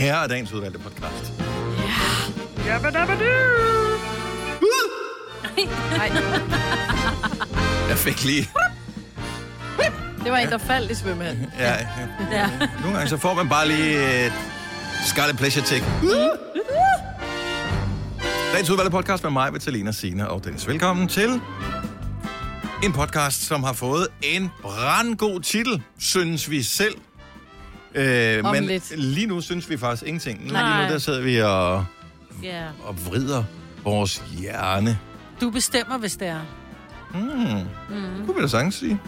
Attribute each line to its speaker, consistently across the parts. Speaker 1: vinder af dagens udvalgte podcast.
Speaker 2: Nej,
Speaker 1: Jeg fik lige...
Speaker 2: det var en, der faldt i svømmehallen.
Speaker 1: Ja, ja.
Speaker 3: Ja.
Speaker 1: Nogle gange så får man bare lige et Scarlet Pleasure Check. Dagens udvalgte podcast med mig, Vitalina Sina og Dennis. Velkommen til en podcast, som har fået en brandgod titel, synes vi selv. Øh,
Speaker 2: Om
Speaker 1: men
Speaker 2: lidt.
Speaker 1: lige nu synes vi faktisk ingenting. Nej.
Speaker 3: Nej.
Speaker 1: Lige nu der sidder vi og,
Speaker 3: ja.
Speaker 1: og vrider vores hjerne.
Speaker 3: Du bestemmer, hvis det er.
Speaker 1: Mm. Kunne vi da sagtens sige.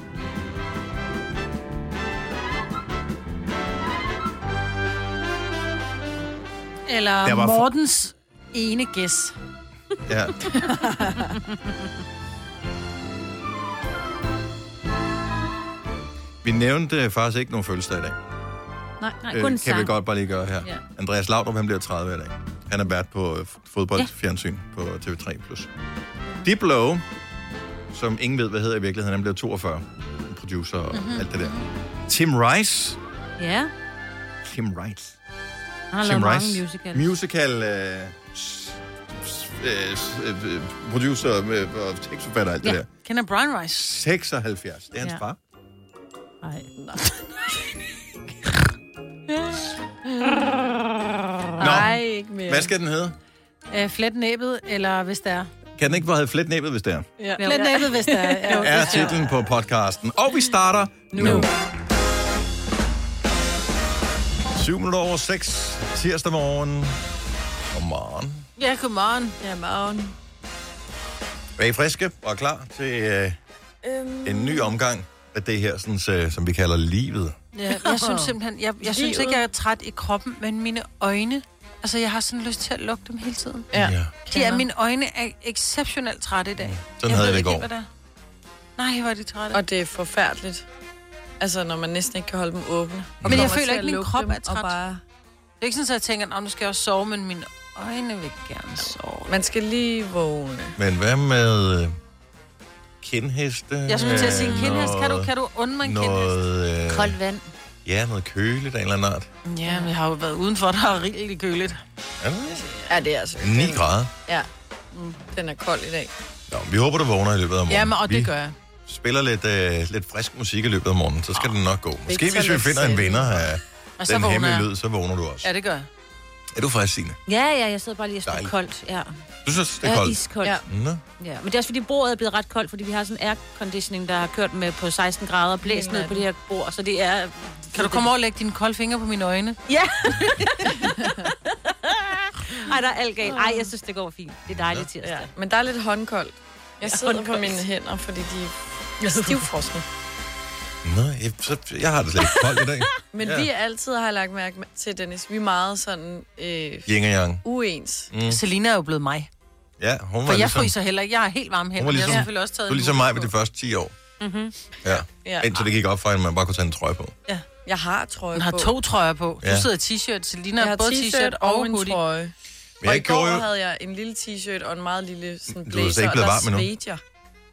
Speaker 3: Eller
Speaker 1: Der
Speaker 3: var
Speaker 1: var for-
Speaker 3: Mortens ene gæs.
Speaker 1: Ja. Vi nævnte øh, faktisk ikke nogen fødselsdag i dag.
Speaker 3: Nej, nej,
Speaker 1: Øh,
Speaker 3: kun
Speaker 1: kan
Speaker 3: øh, sang.
Speaker 1: vi godt bare lige gøre her.
Speaker 3: Ja.
Speaker 1: Andreas Laudrup, han bliver 30 i dag. Han er vært på øh, f- fodboldfjernsyn på øh, TV3+. Diplo, som ingen ved, hvad hedder i virkeligheden, han bliver 42. En Producer og
Speaker 3: Mhm.
Speaker 1: mm-hmm. alt det der. Tim Rice.
Speaker 3: Ja,
Speaker 1: Tim Rice.
Speaker 3: han har
Speaker 1: Tim
Speaker 3: lavet mange musicals.
Speaker 1: Musical øh, s- s- øh, s- øh, øh, producer øh, og tekstforfatter og alt
Speaker 3: ja.
Speaker 1: det der.
Speaker 3: Kender Brian Rice?
Speaker 1: 76. Det er hans
Speaker 3: Ja.
Speaker 1: far.
Speaker 3: Nej.
Speaker 2: Nej, ikke mere.
Speaker 1: Hvad skal den hedde?
Speaker 3: Øh, flet næbet, eller hvis det er.
Speaker 1: Kan den ikke bare hedde Flet Næbet, hvis det er?
Speaker 2: Ja.
Speaker 3: Flet næbet, hvis det er. Ja.
Speaker 1: er titlen på podcasten. Og vi starter nu. nu. 7 minutter over 6, tirsdag morgen. Godmorgen.
Speaker 3: ja, godmorgen.
Speaker 2: Ja, magen.
Speaker 1: Er I friske og klar til øh, en ny omgang af det her, sådan, så, som vi kalder livet?
Speaker 3: Ja, jeg synes simpelthen, jeg, jeg synes ikke, jeg er træt i kroppen, men mine øjne, altså jeg har sådan lyst til at lukke dem hele tiden.
Speaker 2: Ja.
Speaker 3: De er, mine øjne er exceptionelt trætte i dag.
Speaker 1: Sådan havde
Speaker 3: ved
Speaker 1: jeg
Speaker 3: ikke,
Speaker 1: det i går.
Speaker 3: hvad der er. Nej, hvor er de trætte.
Speaker 2: Og det er forfærdeligt. Altså, når man næsten ikke kan holde dem åbne. Og
Speaker 3: Men jeg
Speaker 2: kommer
Speaker 3: føler
Speaker 2: til at
Speaker 3: ikke, min
Speaker 2: lukke
Speaker 3: krop
Speaker 2: dem
Speaker 3: er træt.
Speaker 2: og Bare...
Speaker 3: Det er ikke sådan, at jeg tænker, "Nå, nu skal jeg også sove, men mine øjne vil gerne sove.
Speaker 2: Man skal lige vågne.
Speaker 1: Men hvad med øh, kindheste?
Speaker 3: Jeg skulle til at sige en
Speaker 1: Øh,
Speaker 3: kindhest. Kan du,
Speaker 1: noget-
Speaker 3: kan du undre en kindhest?
Speaker 1: noget, øh,
Speaker 4: Koldt vand.
Speaker 1: ja, noget køligt af en eller anden art.
Speaker 3: Ja, men jeg har jo været udenfor, der er rigtig køligt.
Speaker 1: Er det det?
Speaker 2: Ja, det er altså...
Speaker 1: 9 grader.
Speaker 2: Ja. Den er kold i dag.
Speaker 1: Nå, vi håber, du vågner i løbet af morgenen.
Speaker 3: Ja, men, og
Speaker 1: Vi-
Speaker 3: det gør jeg.
Speaker 1: spiller lidt, øh, lidt frisk musik i løbet af morgenen, så skal oh, det nok gå. Måske
Speaker 2: ikke
Speaker 1: hvis
Speaker 2: så
Speaker 1: vi finder en
Speaker 2: lidt
Speaker 1: vinder af
Speaker 3: Og så
Speaker 1: den
Speaker 3: vågner
Speaker 1: hemmelige
Speaker 3: jeg.
Speaker 1: lyd, så vågner du også.
Speaker 3: Ja, det gør jeg.
Speaker 1: Er du frisk, Signe?
Speaker 4: Ja, ja, jeg sidder bare lige og står
Speaker 1: Dejligt.
Speaker 4: koldt. Ja.
Speaker 1: Du synes, det
Speaker 4: Jeg
Speaker 1: er
Speaker 4: er
Speaker 1: koldt?
Speaker 4: iskoldt. Ja.
Speaker 2: Ja.
Speaker 1: Nå.
Speaker 4: ja. Men det er også fordi bordet er blevet ret koldt, fordi vi har sådan en airconditioning, der har kørt med på 16 grader og blæst
Speaker 2: Hele
Speaker 4: ned på det her bord, så det er...
Speaker 3: Kan du komme over og lægge dine kolde fingre på mine øjne?
Speaker 4: Ja! Ej, der er alt galt. Ej, jeg synes, det går fint. Det er dejligt tirsdag.
Speaker 2: Ja. Men der er lidt håndkoldt. Jeg sidder på mine hænder, fordi de er stivfrosne.
Speaker 1: Nå, jeg, så, jeg har det slet ikke koldt i dag.
Speaker 2: Men
Speaker 1: Ja.
Speaker 2: ja. vi er altid, har jeg lagt mærke til, Dennis, vi er meget sådan øh,
Speaker 1: Yin og yang.
Speaker 2: uens.
Speaker 3: Mm. Selina er jo blevet mig.
Speaker 1: Ja, hun var
Speaker 3: For jeg
Speaker 1: ligesom,
Speaker 3: fryser heller ikke. Jeg er helt varm
Speaker 1: hun
Speaker 3: hænder.
Speaker 1: var
Speaker 3: Ligesom,
Speaker 1: ligesom,
Speaker 3: jeg har selvfølgelig også taget
Speaker 1: du var ligesom
Speaker 3: en Mhm.
Speaker 1: mig
Speaker 3: uge
Speaker 1: ved de
Speaker 3: på.
Speaker 1: første 10 år. Mm-hmm. Ja.
Speaker 2: Ja.
Speaker 1: Indtil det gik op for hende, man bare kunne tage en trøje på.
Speaker 3: Ja.
Speaker 2: Jeg har trøje
Speaker 3: Hun har
Speaker 2: på.
Speaker 3: to trøjer på. Du
Speaker 1: Ja.
Speaker 3: sidder i t-shirt. Selina
Speaker 2: Jeg
Speaker 3: har
Speaker 2: har
Speaker 3: både
Speaker 2: t-shirt og en
Speaker 3: hoodie.
Speaker 2: trøje.
Speaker 1: Men jeg
Speaker 2: og i går
Speaker 1: gjorde jo...
Speaker 2: havde jeg en lille t-shirt og en meget lille sådan
Speaker 1: Du er
Speaker 2: blazer,
Speaker 1: slet ikke
Speaker 2: og
Speaker 1: blevet
Speaker 2: der
Speaker 1: varm endnu.
Speaker 2: svedte jeg.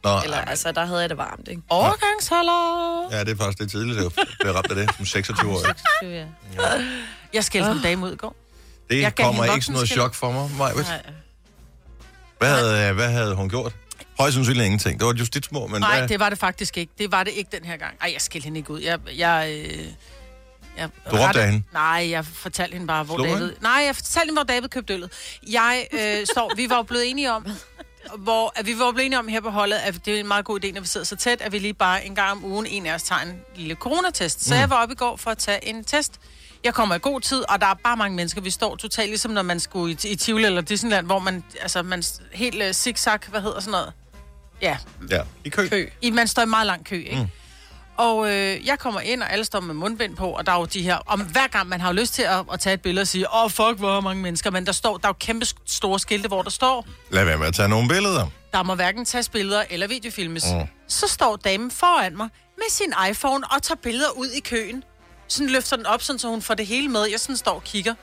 Speaker 1: Nå,
Speaker 2: Eller altså, der havde jeg det varmt, ikke?
Speaker 3: Overgangsholder!
Speaker 1: ja, det er faktisk lidt tidligt, at jeg blev ramt af det som 26-årig.
Speaker 4: Ja.
Speaker 3: Jeg skældte en dame ud i går. Jeg
Speaker 1: Det
Speaker 3: gav
Speaker 1: kommer
Speaker 3: hende
Speaker 1: ikke sådan noget
Speaker 3: voksenskæld.
Speaker 1: chok for mig, Majbet. Hvad havde, hvad havde hun gjort? Højst sandsynligt ingenting. Det var et justitsmord, men
Speaker 3: Nej,
Speaker 1: hvad,
Speaker 3: det var det faktisk ikke. Det var det ikke den her gang. Ej, jeg skældte hende ikke ud. Jeg, jeg, øh, jeg
Speaker 1: råbte af hende?
Speaker 3: Nej, jeg fortalte hende bare, hvor
Speaker 1: Slog
Speaker 3: Slå David...
Speaker 1: hende?
Speaker 3: Nej, jeg fortalte hende, hvor David købte øllet. Jeg øh, står... Vi var jo blevet enige om... Hvor, at vi var jo blevet enige om her på holdet, at det er en meget god idé, når vi sidder så tæt, at vi lige bare en gang om ugen, en af os tager en lille coronatest. Så mm. jeg var oppe i går for at tage en test. Jeg kommer i god tid, og der er bare mange mennesker. Vi står totalt ligesom, når man skulle i, i Tivoli eller Disneyland, hvor man, altså, man s- helt øh, zigzag, hvad hedder sådan noget? Ja,
Speaker 1: ja, i kø.
Speaker 2: Kø.
Speaker 3: i, man står i meget lang kø, ikke? Mm. Og øh, jeg kommer ind, og alle står med mundbind på, og der er jo de her... Om hver gang man har jo lyst til at, at tage et billede og sige, åh, oh, fuck, hvor mange mennesker, men der, står, der er jo kæmpe sk- store skilte, hvor der står,
Speaker 1: Lad være med at tage nogle billeder.
Speaker 3: der må hverken tages billeder eller videofilmes.
Speaker 1: Mm.
Speaker 3: Mm. Så står damen foran mig med sin iPhone og tager billeder ud i køen. Sådan løfter den op, sådan, så hun får det hele med. Jeg sådan står og kigger.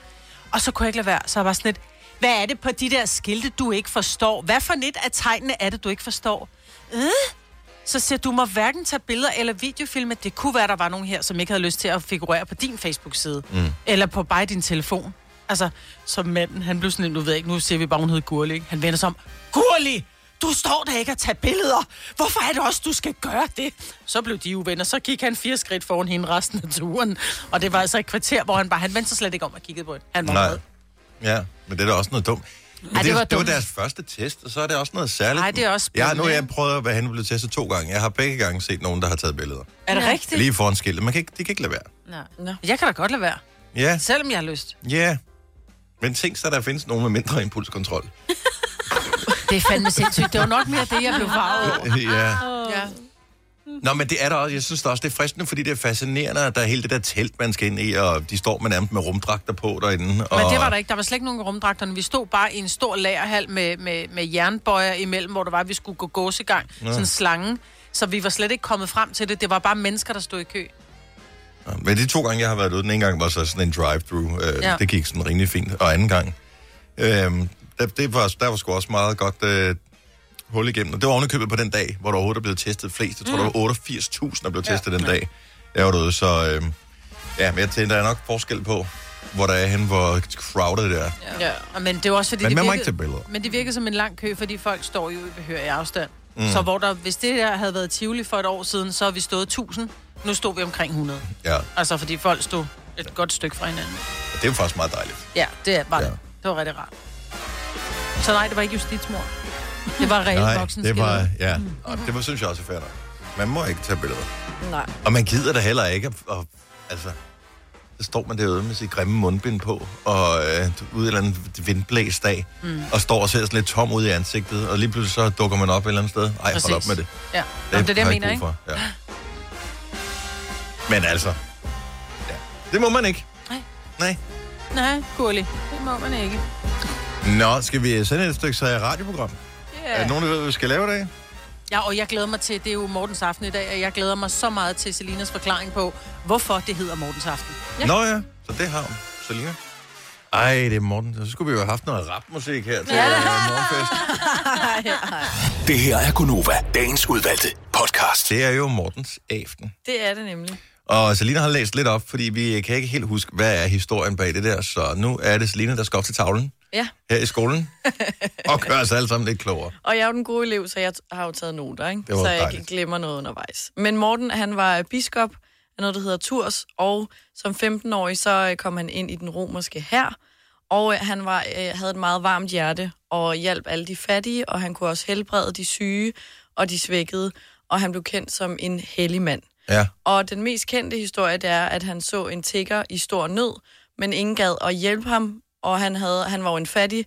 Speaker 3: Og så kunne jeg ikke lade være. Så jeg var sådan lidt, hvad er det på de der skilte, du ikke forstår? Hvad for net af tegnene er det, du ikke forstår? Øh? Så siger du må hverken tage billeder eller videofilme. Det kunne være, der var nogen her, som ikke havde lyst til at figurere på din Facebook-side. Mm. Eller på bare din telefon. Altså, som manden, han blev sådan, lidt, nu ved jeg ikke, nu siger vi bare, hun hed Gurli, ikke? Han vender sig om, Gurli! Du står der ikke og tager billeder. Hvorfor er det også, du skal gøre det? Så blev de uvenner. Så gik han fire skridt foran hende resten af turen. Og det var altså et kvarter, hvor han bare... Han vendte sig slet ikke om og kiggede på hende. Han var
Speaker 1: Nej.
Speaker 3: med.
Speaker 1: Ja, men det er da også noget dumt. Men
Speaker 3: det
Speaker 1: det,
Speaker 3: var
Speaker 1: det var
Speaker 3: dumt.
Speaker 1: deres første test, og så er det også noget særligt.
Speaker 3: Ej, det er også
Speaker 1: Ja, nu har
Speaker 3: spændende,
Speaker 1: jeg prøvet at være hen og blive testet to gange. Jeg har begge gange set nogen, der har taget billeder.
Speaker 2: Er det rigtigt?
Speaker 1: Lige foran skiltet. Man kan ikke, de kan ikke lade være.
Speaker 4: Nej.
Speaker 2: Nå.
Speaker 3: Jeg kan da godt lade være,
Speaker 1: Ja,
Speaker 3: selvom jeg har lyst.
Speaker 1: ja. Men tænk så, der findes nogen med mindre impulskontrol.
Speaker 3: Det er fandme sindssygt. Det var nok mere det, jeg blev farvet over.
Speaker 1: ja.
Speaker 2: Ja.
Speaker 1: Nå, men det er der også. Jeg synes da også, det er fristende, fordi det er fascinerende, at der er hele det der telt, man skal ind i, og de står med nærmest med rumdragter på derinde. Og...
Speaker 3: Men det var der ikke. Der var slet ikke nogen rumdragterne. Vi stod bare i en stor lagerhal med, med, med jernbøjer imellem, hvor der var, at vi skulle gå gåsegang. Ja. Sådan en slange. Så vi var slet ikke kommet frem til det. Det var bare mennesker, der stod i kø.
Speaker 1: Nå, Men de to gange, jeg har været ude, den ene gang var så sådan en drive-thru. Øh, ja.
Speaker 3: Ja.
Speaker 1: Det gik sådan rimelig fint. Og anden gang, øh, der, det var, der var sgu også meget godt øh, hul igennem. Og det var ovenikøbet på den dag, hvor der overhovedet er blevet testet flest. Jeg tror, mm. der var 88.000, der blev testet ja. den dag. Jeg var derude, så øh, ja, men jeg tænker, der er nok forskel på, hvor der er hen, hvor crowded det er. Ja.
Speaker 3: Ja. Og men det var også fordi,
Speaker 1: Men
Speaker 3: det
Speaker 1: man må
Speaker 3: virkede,
Speaker 1: ikke tage billeder.
Speaker 3: men det virkede som en lang kø, fordi folk står jo i behørig afstand. Mm. Så hvor der, hvis det der havde været Tivoli for et år siden, så havde vi stået 1000. Nu stod vi omkring 100.
Speaker 1: Ja,
Speaker 3: Altså fordi folk stod et godt stykke fra hinanden.
Speaker 1: og det er jo faktisk meget dejligt.
Speaker 3: Ja, det var
Speaker 1: Ja.
Speaker 3: ja. det. Det var rigtig rart. Så nej, det var ikke justitsmord. Det var reelt
Speaker 1: Nej,
Speaker 3: voksenskilder.
Speaker 1: det var, ja. Og det var, synes jeg også er fair nok. Man må ikke tage billeder.
Speaker 2: Nej.
Speaker 1: Og man gider da heller ikke, at, at, altså, så står man derude med sit grimme mundbind på, og øh, ude i en eller anden vindblæst dag, mm. og står og ser sådan lidt tom ud i ansigtet, og lige pludselig så dukker man op et eller andet sted. Ej, hold op med det.
Speaker 3: Ja, det, Jamen, det er det, jeg
Speaker 1: har
Speaker 3: mener, ikke?
Speaker 1: brug for. Ja. Men altså, ja. det må man ikke.
Speaker 3: Nej.
Speaker 1: Nej.
Speaker 3: Nej, Gurli, det må man ikke.
Speaker 1: Nå, skal vi sende et stykke så radioprogram? Ja. Er der nogen, der ved, hvad vi skal lave i dag?
Speaker 3: Ja, og jeg glæder mig til, det er jo Mortens Aften i dag, og jeg glæder mig så meget til Selinas forklaring på, hvorfor det hedder Mortens Aften.
Speaker 1: Ja. Nå ja, så det har hun. Selina. Ej, det er Morten. Så skulle vi jo have haft noget rapmusik her til ja. morgenfest.
Speaker 5: Det her er Gunova, dagens udvalgte podcast.
Speaker 1: Det er jo Mortens aften.
Speaker 2: Det er det nemlig.
Speaker 1: Og Selina har læst lidt op, fordi vi kan ikke helt huske, hvad er historien bag det der. Så nu er det Selina, der skal op til tavlen
Speaker 2: Ja,
Speaker 1: her i skolen og gøre os alle sammen lidt klogere.
Speaker 2: og jeg er jo den gode elev, så jeg t- har jo taget noter, ikke?
Speaker 1: Det var
Speaker 2: så jeg
Speaker 1: dejligt.
Speaker 2: ikke glemmer noget undervejs. Men Morten, han var øh, biskop af noget, der hedder Tours, og som 15-årig, så øh, kom han ind i den romerske hær, og øh, han var, øh, havde et meget varmt hjerte og hjalp alle de fattige, og han kunne også helbrede de syge og de svækkede, og han blev kendt som en hellig mand.
Speaker 1: Ja.
Speaker 2: Og den mest kendte historie, det er, at han så en tigger i stor nød, men ingen gad at hjælpe ham, og han, havde, han var jo en fattig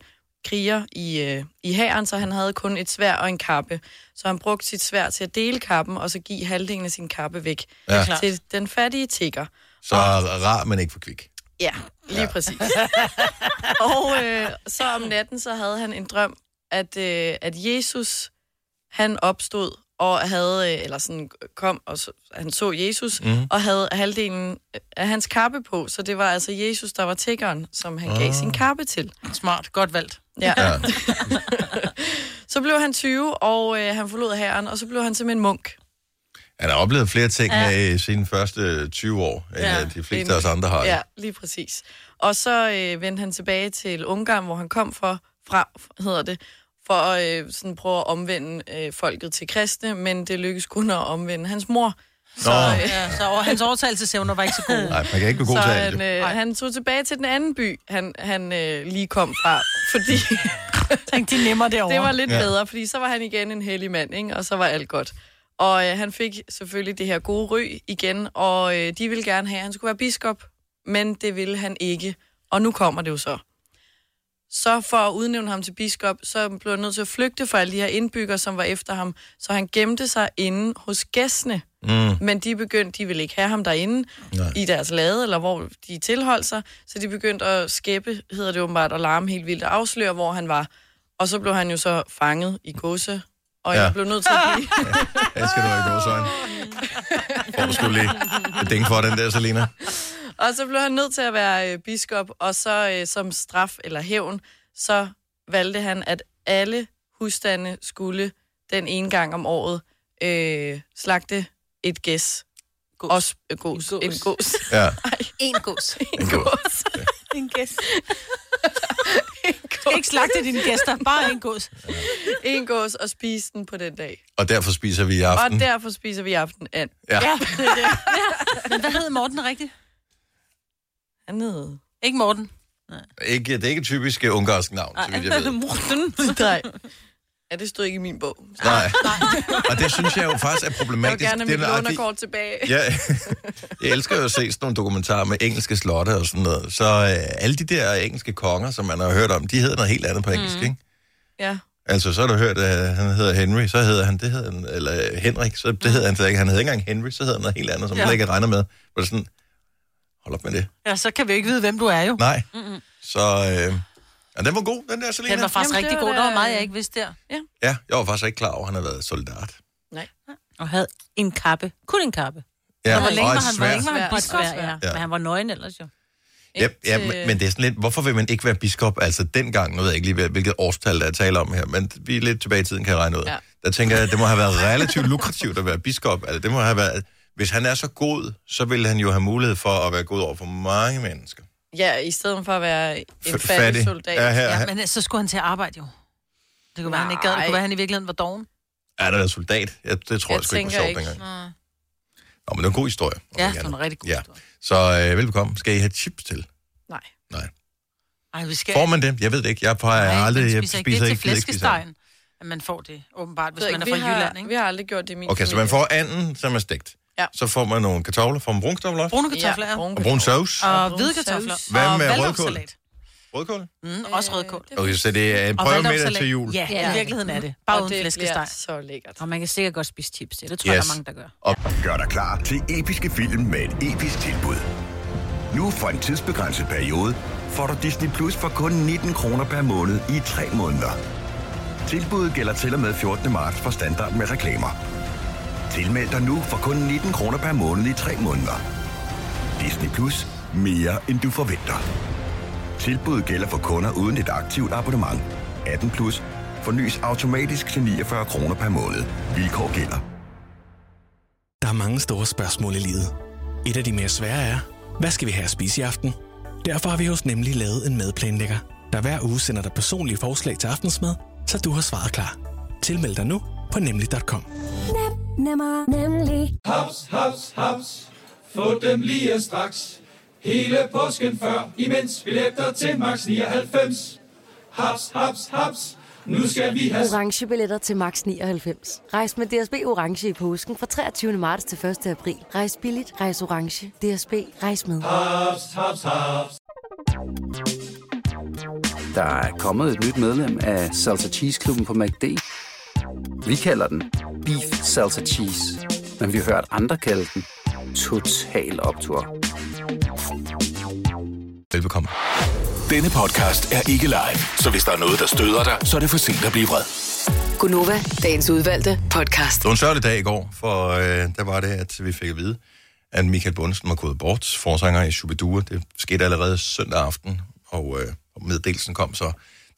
Speaker 2: kriger i, øh, i hæren, så han havde kun et svær og en kappe. Så han brugte sit svær til at dele kappen, og så give halvdelen af sin kappe væk
Speaker 1: Ja.
Speaker 2: til den fattige tigger.
Speaker 1: Så rar, men ikke for kvik.
Speaker 2: Ja, lige ja. præcis. og øh, så om natten, så havde han en drøm, at, øh, at Jesus, han opstod og havde, øh, eller sådan kom, og så, han så Jesus, mm. og havde halvdelen af hans kappe på, så det var altså Jesus, der var tiggeren, som han gav sin kappe til.
Speaker 3: Smart, godt valgt.
Speaker 2: Ja.
Speaker 1: Ja.
Speaker 2: Så blev han 20, og øh, han forlod herren, og så blev han simpelthen munk.
Speaker 1: Han har oplevet flere ting ja. i sine første 20 år, end ja.
Speaker 2: Ja.
Speaker 1: de fleste af os andre har.
Speaker 2: Ja, lige præcis. Og så øh, vendte han tilbage til Ungarn, hvor han kom fra, fra hedder det, for at øh, sådan prøve at omvende øh, folket til kristne, men det lykkedes kun at omvende hans mor. øh,
Speaker 1: Nå,
Speaker 3: Ja, så over, hans overtagelsesevner var ikke så gode.
Speaker 1: nej, man kan ikke blive god
Speaker 2: så
Speaker 1: til alt.
Speaker 2: han,
Speaker 1: jo.
Speaker 2: øh,
Speaker 3: Ej.
Speaker 2: han tog tilbage til den anden by, han, han øh, lige kom fra, fordi
Speaker 3: Tænk, de er nemmere derovre.
Speaker 2: det var lidt
Speaker 1: Ja.
Speaker 2: ja. bedre, fordi så var han igen en hellig mand, ikke? og så var alt godt. Og øh, han fik selvfølgelig det her gode ry igen, og øh, de ville gerne have, at han skulle være biskop, men det ville han ikke. Og nu kommer det jo så. Så for at udnævne ham til biskop, så blev han nødt til at flygte fra alle de her indbyggere, som var efter ham. Så han gemte sig inde hos gæstene. Mm. Men de begyndte, de ville ikke have ham derinde
Speaker 1: Nej.
Speaker 2: Nej. i deres lade, eller hvor de tilholdt sig. Så de begyndte at skæppe, hedder det åbenbart, og larme helt vildt og afsløre, hvor han var. Og så blev han jo så fanget i gåse. Og
Speaker 1: Ja.
Speaker 2: jeg blev nødt til at blive...
Speaker 1: Jeg skal du have gåsøjne. Får du skulle lige et ding for den der, Selina.
Speaker 2: Og så blev han nødt til at være øh, biskop, og så øh, som straf eller hævn, så valgte han, at alle husstande skulle den ene gang om året øh, slagte et gæs. Gås. Også, øh, gås.
Speaker 3: En
Speaker 2: En
Speaker 3: gås.
Speaker 2: gås.
Speaker 1: Ja.
Speaker 2: En gås. en
Speaker 1: gås.
Speaker 2: gås.
Speaker 6: en gæst.
Speaker 3: Skal ikke slagte dine gæster, bare en gås.
Speaker 2: En gås og spise den på den dag.
Speaker 1: Og derfor spiser vi i aften.
Speaker 2: Og derfor spiser vi i aften and.
Speaker 1: Ja.
Speaker 3: Men hvad hed Morten rigtigt?
Speaker 2: Han hed...
Speaker 3: Ikke Morten.
Speaker 1: Ikke, det er ikke et typisk øh, ungarsk navn, så vidt jeg ved.
Speaker 4: Morten.
Speaker 2: Nej. Ja, det stod ikke i min bog. Så
Speaker 1: Nej. Og det synes jeg jo faktisk er
Speaker 2: jeg vil
Speaker 1: problematisk.
Speaker 2: gerne have
Speaker 1: Det er
Speaker 2: mit
Speaker 1: nøjagtigt-
Speaker 2: lånerkort tilbage.
Speaker 1: Ja, jeg elsker jo at se sådan nogle dokumentarer med engelske slotte og sådan noget. Så øh, alle de der engelske konger, som man har hørt om, de hedder noget helt andet på engelsk, mm. ikke?
Speaker 2: Ja.
Speaker 1: Altså, så har du hørt, at han hedder Henry, så hedder han, det hedder han, eller Henrik, så det hedder han slet ikke. Han hedder ikke engang Henry, så hedder han noget helt andet, som man
Speaker 3: Ja.
Speaker 1: ja. ikke regner med. Hvor det er sådan, hold op med det.
Speaker 3: Ja, så kan vi ikke vide, hvem du er jo.
Speaker 1: Nej. Mm-hmm. Så, øh, ja, den var god, den der, Selina.
Speaker 3: Den var faktisk
Speaker 2: Jamen, det
Speaker 3: Jamen, rigtig
Speaker 2: var
Speaker 3: god.
Speaker 2: da-
Speaker 3: Der var meget, jeg ikke vidste der.
Speaker 1: Ja, jeg var faktisk ikke klar over, at han havde været soldat.
Speaker 2: Nej.
Speaker 4: Og havde en kappe. Kun en kappe.
Speaker 1: Ja,
Speaker 3: Hvor længe
Speaker 1: og
Speaker 3: var
Speaker 1: et
Speaker 3: han, hvor
Speaker 1: sværd.
Speaker 3: længe var han
Speaker 4: Og et
Speaker 3: biskop?
Speaker 4: svær, ja.
Speaker 1: Ja.
Speaker 4: Men han var nøgen ellers jo.
Speaker 1: Ja, ja, men- men det er sådan lidt, hvorfor vil man ikke være biskop? Altså dengang, nu ved jeg ikke lige, hvad- hvilket årstal, der er tale om her, men vi er lidt tilbage i tiden, kan jeg regne ud. Ja.
Speaker 2: Ja.
Speaker 1: Der tænker jeg, det må have været relativt lukrativt at være biskop. Altså, det må have været, hvis han er så god, så vil han jo have mulighed for at være god over for mange mennesker.
Speaker 2: Ja, i stedet for at være en
Speaker 1: F-
Speaker 2: fattig, fattig soldat.
Speaker 1: Ja, her,
Speaker 3: Ja,
Speaker 1: her.
Speaker 3: men øh, så skulle han til at arbejde jo. Det kunne være, han ikke gad. Det kunne
Speaker 2: Nej.
Speaker 3: være, han i virkeligheden var doven.
Speaker 1: Er der er soldat? Ja, det tror jeg,
Speaker 2: Jeg
Speaker 1: jeg sgu ikke
Speaker 2: tænker
Speaker 1: var sjovt
Speaker 2: ikke.
Speaker 1: dengang. Nå, men det er en god historie. om
Speaker 3: Ja,
Speaker 1: ikke
Speaker 3: det var en
Speaker 1: andet.
Speaker 3: rigtig god
Speaker 1: Ja.
Speaker 3: ja.
Speaker 1: Så øh, velkommen. Skal I have chips til?
Speaker 2: Nej.
Speaker 1: Nej.
Speaker 3: Ej, vi skal...
Speaker 1: Får man det? Jeg ved det ikke. Jeg plejer
Speaker 3: Nej,
Speaker 1: aldrig...
Speaker 3: man
Speaker 1: Jeg
Speaker 3: spiser ikke det er til
Speaker 1: gider ikke spise and.
Speaker 3: flæskestegen, at man får det, åbenbart, hvis
Speaker 2: Så
Speaker 3: man er
Speaker 2: vi
Speaker 3: fra
Speaker 2: har,
Speaker 3: Jylland, ikke?
Speaker 2: Vi har aldrig gjort det i min
Speaker 1: Okay, så man får anden, som er stegt.
Speaker 2: Ja.
Speaker 1: Så får man nogle kartofler. Får man brune kartofler også?
Speaker 3: Brune kartofler, ja.
Speaker 1: Og brun sovs.
Speaker 3: Og
Speaker 2: brune
Speaker 3: hvide
Speaker 2: sauce.
Speaker 3: kartofler.
Speaker 1: Hvad
Speaker 3: og
Speaker 1: med rødkål?
Speaker 3: valnøddesalat.
Speaker 1: Rødkål?
Speaker 3: Mm, også
Speaker 4: Øh,
Speaker 3: rødkål.
Speaker 1: Okay, så det er en
Speaker 3: Og
Speaker 1: prøve med
Speaker 3: valnøddesalat.
Speaker 1: til jul.
Speaker 3: Ja,
Speaker 4: Ja.
Speaker 3: i virkeligheden er det.
Speaker 2: Og
Speaker 3: Bare uden
Speaker 2: det bliver
Speaker 3: flæskesteg.
Speaker 2: så lækkert.
Speaker 4: Og man kan sikkert godt spise chips til. Det tror jeg,
Speaker 1: Yes.
Speaker 4: der er mange, der gør.
Speaker 1: Og
Speaker 5: Gør dig klar til episke film med et episk tilbud. Nu for en tidsbegrænset periode får du Disney Plus for kun 19 kroner per måned i 3 måneder. Tilbuddet gælder til og med 14. marts for standard med reklamer. Tilmeld dig nu for kun 19 kroner per måned i 3 måneder. Disney Plus. Mere end du forventer. Tilbuddet gælder for kunder uden et aktivt abonnement. 18 plus. Fornyes automatisk til 49 kroner per måned. Vilkår gælder.
Speaker 7: Der er mange store spørgsmål i livet. Et af de mere svære er, hvad skal vi have at spise i aften? Derfor har vi hos Nemlig lavet en madplanlægger, der hver uge sender dig personlige forslag til aftensmad, så du har svaret klar. Tilmeld dig nu på nemlig.com.
Speaker 8: Nemmer, nemlig.
Speaker 9: Haps, haps, haps. Få dem lige straks. Hele påsken før, imens billetter til max 99. Haps, haps, haps. Nu skal vi have
Speaker 8: Orange billetter til max 99. Rejs med DSB Orange i påsken fra 23. marts til 1. april. Rejs billigt, rejs orange. DSB, rejs med.
Speaker 9: haps, haps, haps.
Speaker 10: Der er kommet et nyt medlem af Salsa Cheese Klubben på MACD. Vi kalder den Beef Salsa Cheese, men vi har hørt andre kalde den Total Optor.
Speaker 1: velbekomme.
Speaker 5: Denne podcast er ikke live, så hvis der er noget, der støder dig, så er det for sent at blive vred.
Speaker 11: Gunova, dagens udvalgte podcast.
Speaker 1: Det var en sørgelig dag i går, for øh, der var det, at vi fik at vide, at Michael Bundsen var gået bort, forsanger i Shubidua. Det skete allerede søndag aften, og øh, meddelelsen kom så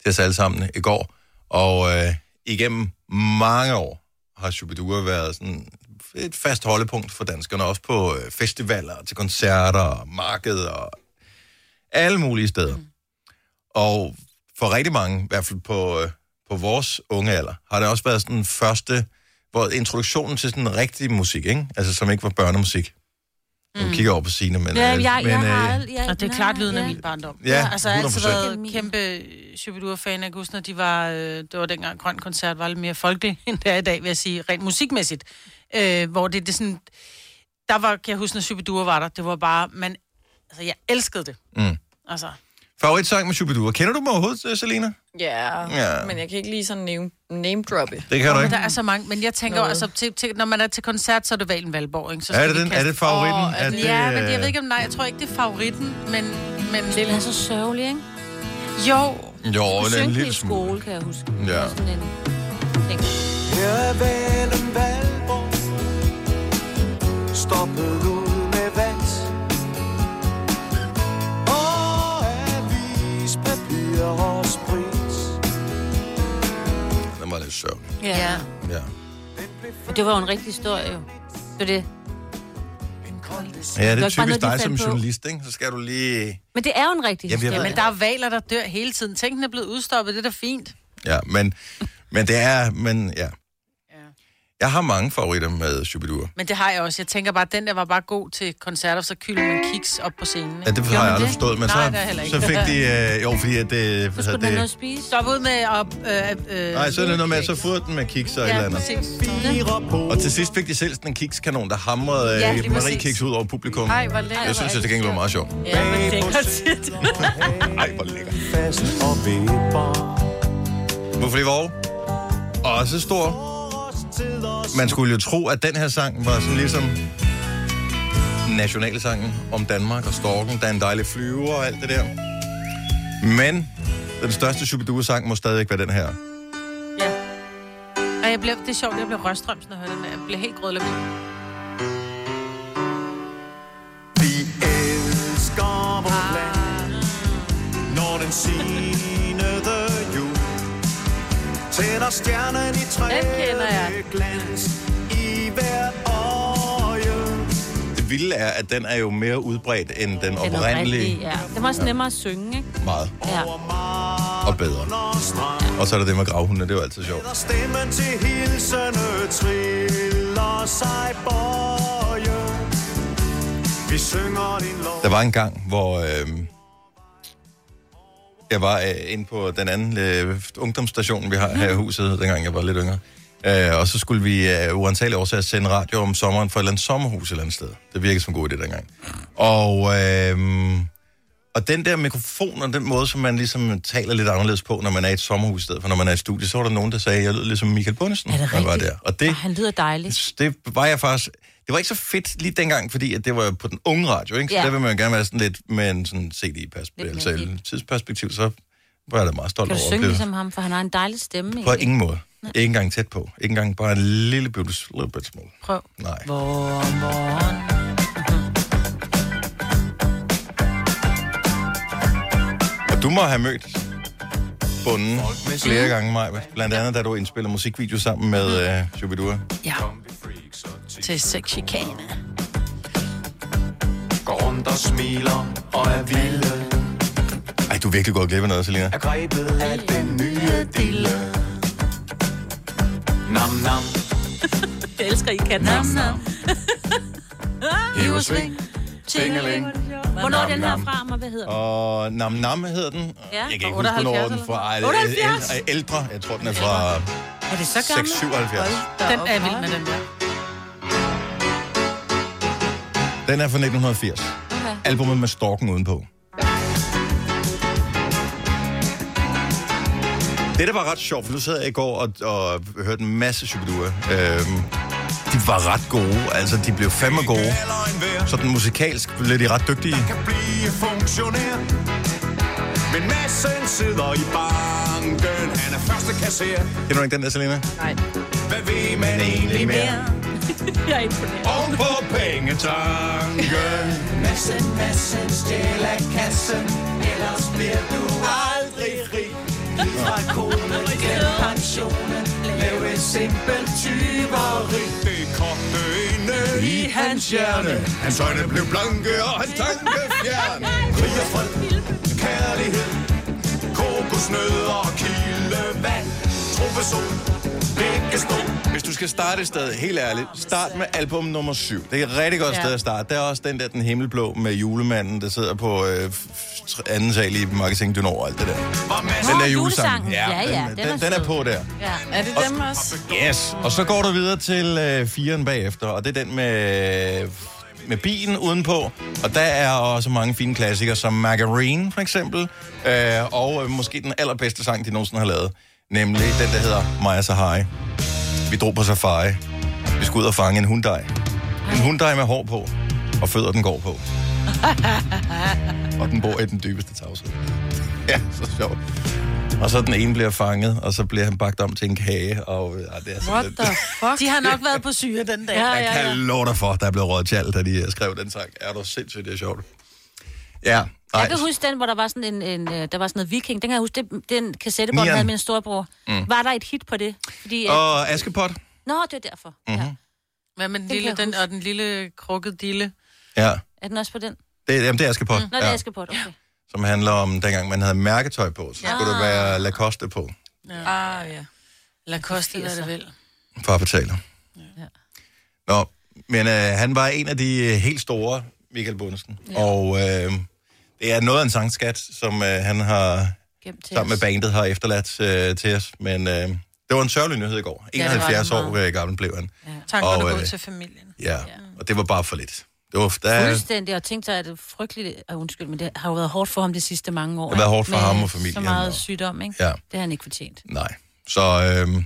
Speaker 1: til os alle sammen i går. Og øh, igennem mange år har Shubidua været sådan et fast holdepunkt for danskerne, også på øh, festivaler, til koncerter, og markeder og alle mulige steder. Mm. Og for rigtig mange, i hvert fald på, øh, på vores unge alder, har det også været sådan første, hvor introduktionen til sådan rigtig musik, ikke? Altså som ikke var børnemusik. Mm. Nu kigger jeg over på Signe, men...
Speaker 4: Ja,
Speaker 1: øh,
Speaker 4: jeg, jeg,
Speaker 1: men,
Speaker 4: jeg har
Speaker 1: øh,
Speaker 4: aldrig... Jeg,
Speaker 3: Og det er klart lyden af
Speaker 4: ja.
Speaker 3: min barndom.
Speaker 1: Ja,
Speaker 3: altså, jeg har altid
Speaker 1: 100%.
Speaker 3: været kæmpe Shubidua-fan. Jeg kan huske, når de var, øh, det var dengang Grøn Koncert var lidt mere folkelig, end det er i dag, vil jeg sige, rent musikmæssigt. Øh, hvor det, det sådan, der var, kan jeg huske, når Shubidua var der, det var bare, man, altså, jeg elskede det.
Speaker 1: Mm.
Speaker 3: Altså,
Speaker 1: favoritsang med Shubidua. Kender du dem overhovedet, øh, Selina?
Speaker 2: Ja,
Speaker 1: Ja.
Speaker 2: men jeg kan ikke lige sådan name, name droppe.
Speaker 1: Det kan du
Speaker 3: men der
Speaker 1: ikke.
Speaker 3: er så mange, men jeg tænker
Speaker 2: Noget.
Speaker 3: altså, til, til, når man er til koncert, så er det Valen Valborg, ikke? Så
Speaker 1: Er
Speaker 3: skal
Speaker 1: det,
Speaker 3: vi
Speaker 1: den, er
Speaker 3: kaste-
Speaker 1: det favoritten?
Speaker 2: Åh, er
Speaker 1: er
Speaker 2: den-
Speaker 1: det,
Speaker 3: Ja, men jeg ved ikke, om nej, jeg tror ikke, det er favoritten, men, men
Speaker 4: Det er så sørgelig, ikke?
Speaker 3: jo,
Speaker 1: Jo,
Speaker 4: Du
Speaker 1: den er en
Speaker 4: syngte i
Speaker 1: lille smule.
Speaker 4: skole, kan jeg huske.
Speaker 1: Ja.
Speaker 4: Det var sådan en ting.
Speaker 9: Her er valen Valborg. Stoppet ud med vand. Og avispapir og sprit.
Speaker 1: Den var lidt sjov.
Speaker 4: Ja.
Speaker 1: Ja.
Speaker 4: Men det var jo en rigtig historie, jo. Det var det.
Speaker 1: Ja,
Speaker 4: Det
Speaker 1: det
Speaker 4: var
Speaker 1: er
Speaker 4: ikke bare noget,
Speaker 1: typisk
Speaker 4: de
Speaker 1: dig som
Speaker 4: fandt på.
Speaker 1: journalist, ikke? Så skal du lige...
Speaker 4: Men det er jo en rigtig
Speaker 1: Jamen, jeg ved
Speaker 4: historie.
Speaker 3: Men
Speaker 1: det.
Speaker 3: der er valer, der dør hele tiden. Tingene er blevet udstoppet, det er da fint.
Speaker 1: Ja, men, men det er... Men, ja. Jeg har mange favoritter med Shubidua.
Speaker 3: Men det har jeg også. Jeg tænker bare, at den der var bare god til koncerter, så kylder man kiks op på scenen.
Speaker 1: Ja, det har jeg aldrig forstået, men
Speaker 3: Nej,
Speaker 1: så,
Speaker 3: det har jeg heller ikke.
Speaker 1: så fik de... Øh, jo, fordi at altså, det... Så
Speaker 4: Skulle man noget at spise?
Speaker 3: Stop ud med at... Øh, øh,
Speaker 1: Nej, så er det noget med, at så fodrer den med kiks og et eller
Speaker 3: Ja,
Speaker 1: andet.
Speaker 3: præcis.
Speaker 1: Og til sidst fik de selv sådan en kikskanon, der hamrede
Speaker 3: Ja,
Speaker 1: ja,
Speaker 3: lige
Speaker 1: Marie
Speaker 3: præcis.
Speaker 1: Kiks ud over publikum.
Speaker 2: Ej, hvor lækkert.
Speaker 1: Jeg synes, at det gengæld var meget sjovt.
Speaker 2: Ja, hvor lækkert.
Speaker 1: Ej, hvor lækkert. Hvorfor det var også stor. Man skulle jo tro, at den her sang var sådan ligesom nationalsangen om Danmark og storken, der er en dejlig flyver og alt det der. Men den største Shubidua-sang må stadigvæk være den her.
Speaker 3: Og jeg blev, det er sjovt, jeg blev rørstrømsen at høre den der. Jeg blev helt grødlig.
Speaker 6: Vi elsker vores land, når den sinede jul tænder stjernen i træet
Speaker 2: Den kender jeg.
Speaker 6: glans i hvert øje.
Speaker 1: Det vilde er, at den er jo mere udbredt end den
Speaker 4: Den oprindelige,
Speaker 1: oprindelige
Speaker 4: ja. Det var også nemmere at synge, ikke?
Speaker 1: meget
Speaker 4: Ja.
Speaker 1: og bedre. Og så er der det med gravhundene, det er jo altid sjovt.
Speaker 6: Der stemmen til hilsene triller sig bøje. Vi synger din lov.
Speaker 1: Der var en gang, hvor øh, jeg var øh, inde på den anden øh, ungdomsstation, vi har her i huset, dengang jeg var lidt yngre. Øh, og så skulle vi af øh, uantagelige årsager sende radio om sommeren fra et eller andet sommerhus et eller andet sted. Det virkede som en god idé dengang. Og, øh, og den der mikrofon og den måde, som man ligesom taler lidt anderledes på, når man er i et sommerhus i stedet for når man er i studiet, så var der nogen, der sagde, jeg lyder ligesom Michael Bundesen,
Speaker 4: Er det
Speaker 1: når jeg var
Speaker 4: rigtigt?
Speaker 1: der. Og det,
Speaker 4: Og han lyder dejlig.
Speaker 1: det var jeg faktisk... Det var ikke så fedt lige dengang, fordi at det var på den unge radio, ikke? Så
Speaker 4: Ja.
Speaker 1: der vil man jo gerne være sådan lidt med en sådan CD-perspektiv,
Speaker 4: Lidt
Speaker 1: altså
Speaker 4: mere
Speaker 1: et tidsperspektiv, så var jeg da meget stolt
Speaker 4: Kan
Speaker 1: over
Speaker 4: du
Speaker 1: at
Speaker 4: synge
Speaker 1: opleve.
Speaker 4: ligesom ham, for han har en dejlig stemme,
Speaker 1: På
Speaker 4: ikke?
Speaker 1: ingen måde. Ikke engang tæt på. Ikke engang bare en lille bitte, little bit smule.
Speaker 3: Prøv.
Speaker 1: Nej. Og du må have mødt bunden flere gange, Maja. Blandt andet, da du indspillede musikvideo sammen
Speaker 4: Mhm.
Speaker 1: med øh, Shubidua.
Speaker 3: Ja. Til sexchikane.
Speaker 6: Går rundt og smiler og er vilde.
Speaker 1: Ej, du er virkelig gået glip af noget, Selina.
Speaker 6: Er grebet af den nye dille. Nam nam.
Speaker 4: Jeg elsker, I kan det.
Speaker 6: Hiversving. Tingeling.
Speaker 4: Hvornår er den her fra, og hvad hedder den?
Speaker 1: Og Nam Nam hedder den.
Speaker 4: Ja,
Speaker 1: jeg kan ikke
Speaker 4: fra
Speaker 1: huske, hvornår
Speaker 4: 78
Speaker 1: den er fra. Ej,
Speaker 4: eller sådan noget.
Speaker 1: æl- æl- ældre. Jeg tror, den er fra
Speaker 4: Er det så gammel?
Speaker 1: 677.
Speaker 3: Den er vild med den der.
Speaker 1: Den er fra 1980.
Speaker 4: Okay.
Speaker 1: Albumet med storken udenpå. Det, der var ret sjovt, for nu sad jeg i går og, og hørte en masse Shubidua. Øhm, de var ret gode. Altså, de blev fandme gode.
Speaker 6: Eller en vejr,
Speaker 1: Sådan musikalsk blev de ret dygtige.
Speaker 6: kan blive funktionær. Men massen sidder i banken. Han er første kasser.
Speaker 1: Kender du ikke den der, Selina?
Speaker 6: Hvad ved man egentlig mere?
Speaker 4: Jeg er imponeret.
Speaker 6: Oven på pengetanken. Massen, massen, stjæler kassen. Ellers bliver du aldrig fri. Giv fra konen, glem pensionen. Lav et simpelt tyveri. Det kogte inde i hans hjerne.
Speaker 1: Hans øjne blev blanke, og hans tanke fjerne.
Speaker 6: Krig og fred, kærlighed, kokosnød og kildevand. Trofesol, begge stol.
Speaker 1: Hvis du skal starte et sted, helt ærligt, start med album nummer 7. Det er et rigtig godt ja.
Speaker 3: Ja.
Speaker 1: sted at starte. Der er også den der, den himmelblå med julemanden, der sidder på øh, f- f- anden sal i Marketing du når og alt det der.
Speaker 6: Var masser
Speaker 1: Den der
Speaker 4: Nå,
Speaker 1: julesang.
Speaker 4: julesangen. Ja, ja,
Speaker 1: den,
Speaker 4: den er
Speaker 1: den, den er
Speaker 4: sød.
Speaker 1: på der.
Speaker 4: Ja.
Speaker 2: Er det dem også?
Speaker 1: Yes. Og så går du videre til øh, firen bagefter, og det er den med, med bilen udenpå. Og der er også mange fine klassikere, som Margarine for eksempel, øh, og øh, måske den allerbedste sang, de nogensinde har lavet, nemlig den, der hedder Maja Sahai. Vi drog på safari. Vi skulle ud og fange en hunddej. En hunddej med hår på, og fødder den går på. og den bor i den dybeste tavshed. ja, så sjovt. Og så den ene bliver fanget, og så bliver han bagt om til en kage, og øh, ej, det er sådan
Speaker 2: What
Speaker 1: lidt-
Speaker 2: the fuck?
Speaker 3: De har nok været på syre den dag.
Speaker 4: Ja,
Speaker 1: jeg
Speaker 4: ja,
Speaker 1: kan
Speaker 4: ja.
Speaker 1: love dig for, at der er blevet råd til alt, da de øh, skrev den sang. Er du sindssygt, det er sjovt. Ja, nej.
Speaker 4: Jeg kan huske den, hvor der var sådan en, en øh, der var sådan noget viking. Den kan jeg huske, det, den kassettebånd,
Speaker 1: Nieren.
Speaker 4: havde min storebror. Mm. Var der et hit på det? Fordi, øh,
Speaker 1: Og Mhm. Askepot.
Speaker 4: Nå, det var derfor. Mm-hmm. Ja.
Speaker 3: Hvad med den
Speaker 4: kan
Speaker 3: lille,
Speaker 4: jeg
Speaker 3: den,
Speaker 4: huske.
Speaker 3: og den lille krukket dille?
Speaker 1: Ja,
Speaker 4: Er den også på den?
Speaker 1: det, jamen, det er Askepot.
Speaker 4: Mm. Nå, det er
Speaker 1: ja.
Speaker 4: Askepot, okay.
Speaker 1: Som handler om, dengang man havde mærketøj på, så skulle
Speaker 4: Ja.
Speaker 1: der være Lacoste på.
Speaker 3: Ja. Ah, ja. Lacoste, eller hvad det vel.
Speaker 1: Far betaler. Ja. Nå, men øh, han var en af de øh, helt store, Michael Bundesen. Ja. Og øh, det er noget af en sangskat, som øh, han har sammen med bandet har efterladt øh, til os. Men øh, det var en sørgelig nyhed i går.
Speaker 3: Ja, det var
Speaker 1: 71
Speaker 3: det
Speaker 1: år øh, gammel blev han. Ja.
Speaker 3: Tankerne
Speaker 1: Og,
Speaker 3: går ud
Speaker 1: øh,
Speaker 3: til familien.
Speaker 1: Ja, og det var bare for lidt. Det var, der,
Speaker 4: Ja.
Speaker 1: det
Speaker 4: Fuldstændig, og tænkte sig, at det er frygteligt, ah, undskyld, men det har jo været hårdt for ham de sidste mange år.
Speaker 1: har været hårdt for
Speaker 4: ikke? Med
Speaker 1: ham og familien.
Speaker 4: Så meget
Speaker 1: og,
Speaker 4: sygdom, ikke?
Speaker 1: Ja.
Speaker 4: Det har han ikke fortjent.
Speaker 1: nej. Så øh,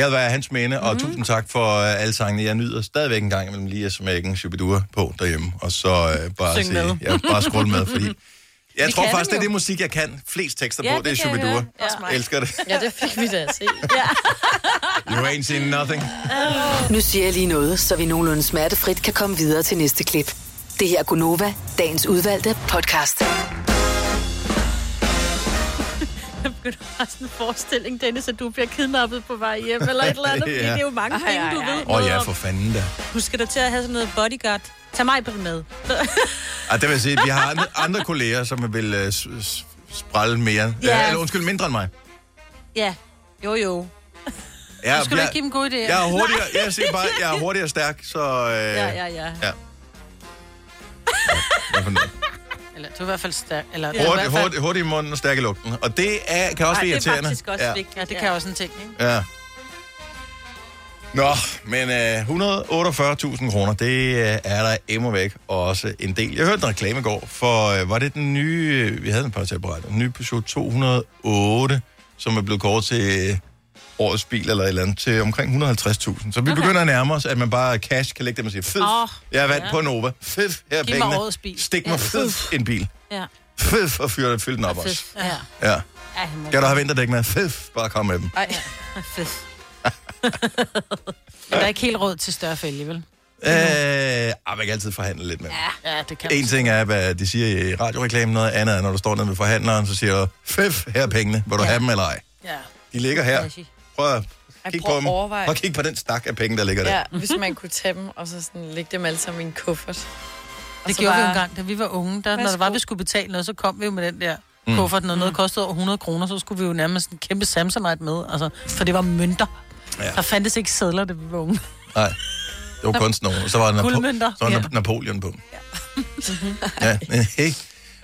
Speaker 1: æret være hans minde, og mm. tusind tak for øh, alle sangene. Jeg nyder stadigvæk en gang imellem lige at smække en shubidua på derhjemme, og så øh, bare,
Speaker 6: Synge
Speaker 1: sige,
Speaker 6: med.
Speaker 1: ja, bare skrulle med, fordi jeg
Speaker 6: Det
Speaker 1: tror
Speaker 6: kan
Speaker 1: faktisk, det
Speaker 6: man
Speaker 1: er
Speaker 6: jo.
Speaker 1: det musik, jeg kan flest tekster
Speaker 6: Ja,
Speaker 1: på, det er
Speaker 6: det kan jeg
Speaker 1: shubidua.
Speaker 6: høre. Også mig.
Speaker 1: Jeg elsker det.
Speaker 2: Ja, det fik vi da at se.
Speaker 1: You ain't seen nothing.
Speaker 11: Nu siger jeg lige noget, så vi nogenlunde smertefrit kan komme videre til næste klip. Det her er Gunova, dagens udvalgte podcast.
Speaker 4: Jeg begynder at have sådan en forestilling, Dennis, at du bliver kidnappet på vej hjem eller et eller andet, fordi
Speaker 1: Ja.
Speaker 4: det er jo mange
Speaker 1: Ej,
Speaker 4: penge, du ved
Speaker 1: Åh oh, ja,
Speaker 4: noget
Speaker 1: for fanden da.
Speaker 4: om. Husk dig til at have sådan noget bodyguard. Tag mig på det med.
Speaker 1: Ej, det vil jeg sige, vi har andre, andre kolleger, som vil øh, s- s- sprælle mere.
Speaker 4: Ja.
Speaker 1: Ja. Eller undskyld, mindre end mig.
Speaker 4: ja, jo jo.
Speaker 1: Ja,
Speaker 4: Nu skal du ikke give dem gode idéer.
Speaker 1: Jeg er hurtigere,
Speaker 4: Nej.
Speaker 1: jeg siger bare, jeg er hurtigere stærk, så... Øh,
Speaker 3: Ja, ja, ja.
Speaker 1: ja. Hvad for noget?
Speaker 3: Eller du er i hvert fald stærk. Eller, du er i
Speaker 1: Hurtig,
Speaker 3: hvert fald-
Speaker 1: hurtig, hurtig i munden og stærk i lugten. Og det er, kan også
Speaker 3: Ej,
Speaker 1: være
Speaker 3: det er
Speaker 1: irriterende.
Speaker 3: faktisk også
Speaker 1: ja.
Speaker 3: vigtigt. Ja, det kan også en ting, ikke?
Speaker 1: Ja. Nå, men øh, 148.000 kroner, det øh, er der emmer væk, og også en del. Jeg hørte en reklame i går, for øh, var det den nye, øh, vi havde en par til på radioen, den nye Peugeot 208, som er blevet kåret til øh, årets bil eller et eller andet, til omkring 150.000. Så vi okay. begynder at nærme os, at man bare cash kan lægge det, man siger, fed,
Speaker 6: Åh,
Speaker 1: oh, jeg vandt
Speaker 6: ja.
Speaker 1: på Nova, fed, her er
Speaker 6: Giv mig
Speaker 1: pengene,
Speaker 6: årets bil."
Speaker 1: stik
Speaker 6: Ja,
Speaker 1: mig fed
Speaker 6: fed.
Speaker 1: en bil,
Speaker 4: Ja.
Speaker 1: fed, og fyr, fyld den op også.
Speaker 4: Fedt. Ja.
Speaker 1: Ja.
Speaker 4: Ja, han må-
Speaker 1: Skal du have vinterdæk med? Fed, bare kom med dem.
Speaker 2: Ej.
Speaker 4: Fedt.
Speaker 3: Men der er ikke helt råd til større fælge, vel?
Speaker 1: Øh, ah, man kan altid forhandle lidt med dem.
Speaker 3: Ja, det kan
Speaker 1: En ting er, hvad de siger i radioreklamen, noget andet er, når du står nede ved forhandleren, så siger du, fef, her er pengene, vil du have dem eller ej?
Speaker 3: Ja.
Speaker 1: De ligger her. Prøv at
Speaker 2: Ej,
Speaker 1: kigge
Speaker 2: prøv
Speaker 1: på
Speaker 2: at
Speaker 1: dem.
Speaker 2: overveje.
Speaker 1: Prøv at kigge på den stak af penge, der ligger der.
Speaker 2: Ja, hvis man kunne tage dem, og så sådan lægge dem alle sammen i en kuffert. Og
Speaker 3: Det
Speaker 2: så
Speaker 3: gjorde bare... vi jo
Speaker 2: bare-
Speaker 3: engang, da vi var unge. Der, når
Speaker 2: Værsgo.
Speaker 3: det var, vi skulle betale noget, så kom vi jo med den der
Speaker 1: Mm.
Speaker 3: mm. kuffert. Når noget kostede over 100 kroner, så skulle vi jo nærmest en kæmpe Samsonite med. Altså, for det var mønter.
Speaker 1: Ja.
Speaker 3: Ja. Der fandtes ikke sædler, da vi var unge.
Speaker 1: Nej, det var kun sådan nogle. Så var der,
Speaker 3: Guldmønter.
Speaker 1: Napo- så var der
Speaker 3: Ja.
Speaker 1: Napoleon på. Ja, men hey.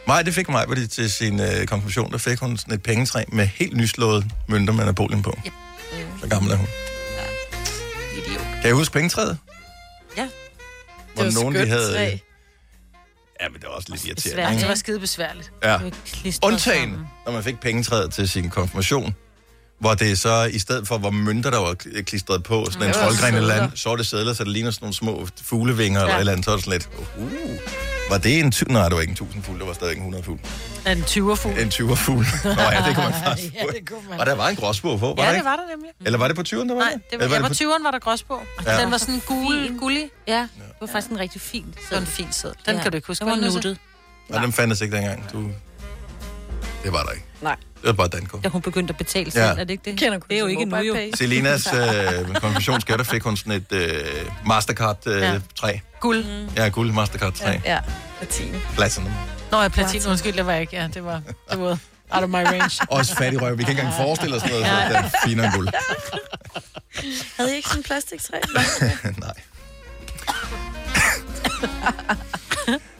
Speaker 1: Maj, det fik mig til sin øh, konfirmation. Der fik hun sådan et pengetræ med helt nyslået mønter med Napoleon på. Så gammel er hun. Kan I huske pengetræet?
Speaker 3: Ja.
Speaker 1: Hvor
Speaker 3: var
Speaker 1: nogen, de
Speaker 3: skønt
Speaker 1: havde...
Speaker 3: træ.
Speaker 1: Ja, men det var også lidt irriterende.
Speaker 3: Svært.
Speaker 1: ikke?
Speaker 3: Det var skide besværligt.
Speaker 1: Ja.
Speaker 3: klistret
Speaker 1: Undtagen, når man fik pengetræet til sin konfirmation, hvor det så, i stedet for, hvor mønter der var kl- klistret på, sådan en
Speaker 6: Det var
Speaker 1: troldgren eller
Speaker 6: sedler.
Speaker 1: andet, så var det sædler, så det ligner sådan nogle små fuglevinger ja. eller
Speaker 3: Ja.
Speaker 1: et eller andet, så var det sådan lidt, uh, var det en 20? Nej, det var ikke en 1000 fugl, det var stadig en 100 fugl.
Speaker 3: En 20'er fugl.
Speaker 1: En 20'er fugl. Nå ja, det kunne man faktisk.
Speaker 3: ja, det kunne man.
Speaker 1: Og der var en gråsbog på, var
Speaker 3: ja,
Speaker 1: der
Speaker 3: det
Speaker 1: ikke?
Speaker 3: var der nemlig.
Speaker 1: Eller var det på 20'eren, der var
Speaker 3: Nej, det var,
Speaker 1: Eller
Speaker 3: ja,
Speaker 1: var
Speaker 3: på
Speaker 1: det
Speaker 3: 20'eren var der grås på.
Speaker 1: Ja.
Speaker 3: Ja. Den var sådan gul, gullig.
Speaker 4: Ja, det var faktisk en rigtig fin sædel.
Speaker 3: Det var en fin sædel. Den
Speaker 4: Ja.
Speaker 3: kan du ikke huske.
Speaker 4: Den var
Speaker 3: vel, Nusse?
Speaker 4: nuttet.
Speaker 1: Nej, den fandtes ikke dengang. Du... Det var der ikke.
Speaker 2: Nej.
Speaker 1: Det var bare Danko.
Speaker 4: Da hun begyndte at betale
Speaker 1: Ja.
Speaker 4: selv, er det ikke det? Kender det er jo ikke nu, jo.
Speaker 1: Selinas øh, konfirmationsgave, der fik hun sådan et øh, Mastercard-træ.
Speaker 3: Ja.
Speaker 1: Øh, træ.
Speaker 3: Guld.
Speaker 1: Ja, guld Mastercard 3. Ja,
Speaker 2: Ja, platin.
Speaker 1: Platinum.
Speaker 3: Nå, ja, platin, undskyld, det var jeg ikke. Ja, det var, det var out of my range.
Speaker 1: Også fattig røv. Vi kan ikke engang forestille os noget, så
Speaker 3: Ja.
Speaker 1: den er finere end guld.
Speaker 2: Havde I ikke sådan en plastiktræ?
Speaker 1: Nej.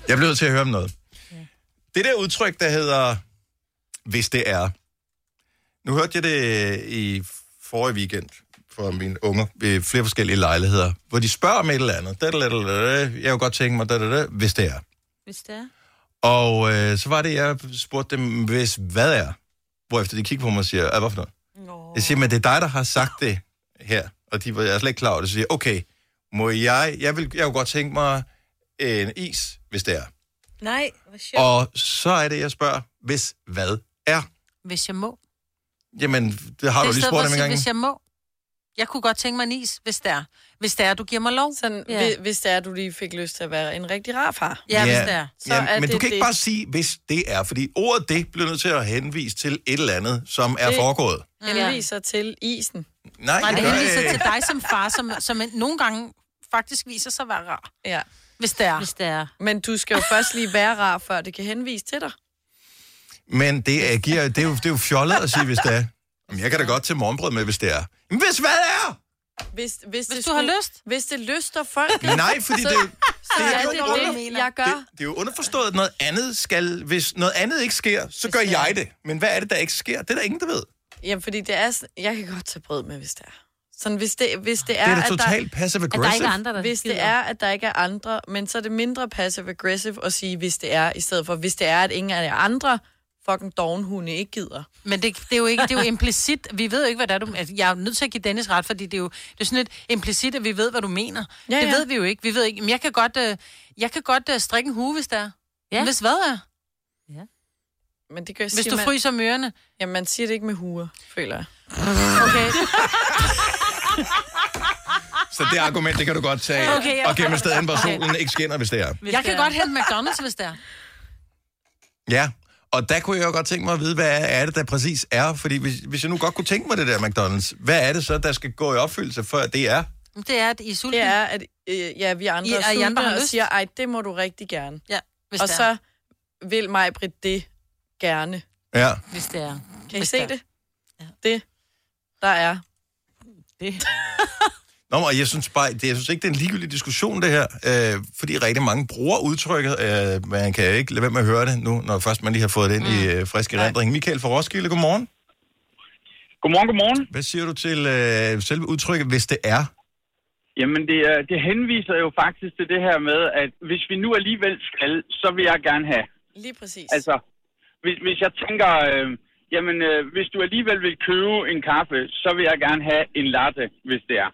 Speaker 1: Jeg bliver nødt til at høre om noget. Det der udtryk, der hedder, hvis det er. Nu hørte jeg det øh, i forrige weekend fra mine unger ved flere forskellige lejligheder, hvor de spørger om et eller andet. Da, da, da, da, da. Jeg kunne godt tænke mig, da, da, da, hvis det er.
Speaker 4: Hvis det er.
Speaker 1: Og øh, så var det, jeg spurgte dem, hvis hvad er? Hvorefter de kiggede på mig og siger, "Ah, hvad for noget? Nå. Jeg siger, men det er dig, der har sagt det her. Og de var jeg er slet ikke klar over det. Så siger jeg, okay, må jeg, jeg vil, jeg kunne godt tænke mig en is, hvis det er.
Speaker 2: Nej, hvor
Speaker 1: Sure. Og så er det, jeg spørger, hvis hvad er?
Speaker 3: Hvis jeg må.
Speaker 1: Jamen, det har
Speaker 3: det
Speaker 1: det
Speaker 3: er
Speaker 1: du lige
Speaker 3: i stedet for
Speaker 1: spurgt
Speaker 3: at
Speaker 1: om en
Speaker 3: sige,
Speaker 1: gang.
Speaker 3: Hvis jeg må. Jeg kunne godt tænke mig en is, hvis det er. Hvis det er, du giver mig lov.
Speaker 2: Sådan, Hvis- Hvis det er, du lige fik lyst til at være en rigtig rar far.
Speaker 3: Ja, hvis det
Speaker 1: Ja,
Speaker 3: er.
Speaker 2: Så
Speaker 1: ja,
Speaker 2: er
Speaker 1: men
Speaker 2: det
Speaker 1: du kan ikke
Speaker 2: det.
Speaker 1: bare sige, hvis det er, fordi ordet det bliver nødt til at henvise til et eller andet, som er
Speaker 2: Det-
Speaker 1: foregået.
Speaker 2: Henviser til isen.
Speaker 1: Nej,
Speaker 3: Nej, det
Speaker 1: gør øh,
Speaker 3: henviser
Speaker 1: jeg
Speaker 3: til
Speaker 1: ikke.
Speaker 3: dig som far, som, som en- nogle gange faktisk viser sig at være rar.
Speaker 2: Ja.
Speaker 3: Hvis det er.
Speaker 4: Hvis det er.
Speaker 2: Men du skal jo først lige være rar, før det kan henvise til dig.
Speaker 1: Men det, er, giver, det, er jo, det er jo fjollet at sige, hvis det er. Jamen, jeg kan da godt til morgenbrød med, hvis det er. Men hvis hvad er?
Speaker 2: Hvis, hvis, hvis det
Speaker 4: du har
Speaker 2: lyst. Hvis det lyster folk.
Speaker 1: Nej, fordi
Speaker 2: så,
Speaker 1: det-
Speaker 2: så
Speaker 1: det er
Speaker 2: er
Speaker 1: jo
Speaker 2: det, det,
Speaker 1: under-
Speaker 2: jeg gør.
Speaker 1: Det, det er jo underforstået, at noget andet skal... Hvis noget andet ikke sker, så gør jeg det. Men hvad er det, der ikke sker? Det er der ingen, der ved.
Speaker 2: Jamen, fordi det er... sådan- Jeg kan godt tage brød med, hvis det er. Sådan, hvis det, hvis det er,
Speaker 1: Det er da
Speaker 2: at
Speaker 1: totalt passive-aggressive.
Speaker 2: at der ikke er andre, der Hvis det
Speaker 4: gider.
Speaker 2: er, at der ikke er andre, men så er det mindre passive-aggressive at sige, hvis det er, i stedet for, hvis det er, at ingen af jer andre fucking dogenhunde ikke gider.
Speaker 3: Men det, det, er jo ikke, det er jo implicit. Vi ved jo ikke, hvad det er, du... Altså, jeg er jo nødt til at give Dennis ret, fordi det er jo det er sådan lidt implicit, at vi ved, hvad du mener.
Speaker 2: Ja,
Speaker 3: Ja, det
Speaker 2: ja.
Speaker 3: ved vi jo ikke. Vi ved ikke. Men jeg kan godt, øh, jeg kan godt øh, strikke en hue, hvis der er. Ja. Hvis hvad er?
Speaker 2: Men det gør,
Speaker 3: Hvis
Speaker 2: siger
Speaker 3: du
Speaker 2: man-
Speaker 3: fryser mørene.
Speaker 2: Jamen, man siger det ikke med huer, føler jeg.
Speaker 3: Okay.
Speaker 1: Så det argument, det kan du godt tage
Speaker 3: Okay,
Speaker 1: okay,
Speaker 3: jeg-
Speaker 1: og gemme stedet hen, hvor solen ikke skinner, hvis det er.
Speaker 3: Jeg kan godt hente McDonald's, hvis der.
Speaker 1: Ja, og der kunne jeg jo godt tænke mig at vide, hvad er det, der præcis er? Fordi hvis, hvis jeg nu godt kunne tænke mig det der McDonald's, hvad er det så, der skal gå i opfyldelse, før det er?
Speaker 3: Det er, at I er sultne.
Speaker 2: Det er, at øh, ja, vi andre
Speaker 3: I-
Speaker 2: I, er
Speaker 3: og I andre har
Speaker 2: sultne og
Speaker 3: lyst.
Speaker 2: siger, ej, det må du rigtig gerne.
Speaker 3: Ja, hvis
Speaker 2: og
Speaker 3: det
Speaker 2: så
Speaker 3: er.
Speaker 2: vil mig, Britt, det gerne.
Speaker 1: Ja.
Speaker 4: Hvis det er.
Speaker 2: Kan I se det? Det, der er.
Speaker 4: Det.
Speaker 1: Nå, men jeg synes, bare, det, jeg synes ikke, det er en ligegyldig diskussion, det her. Øh, fordi rigtig mange bruger udtrykket. Øh, man kan ikke lade være med at høre det nu, når først man lige har fået det ind mm. i øh, friske rendring. Michael fra Roskilde, godmorgen.
Speaker 12: Godmorgen, godmorgen.
Speaker 1: Hvad siger du til øh, selve udtrykket, hvis det er?
Speaker 12: Jamen, det, er, det henviser jo faktisk til det her med, at hvis vi nu alligevel skal, så vil jeg gerne have.
Speaker 2: Lige præcis.
Speaker 12: Altså, hvis, hvis jeg tænker, øh, jamen, øh, hvis du alligevel vil købe en kaffe, så vil jeg gerne have en latte, hvis det er.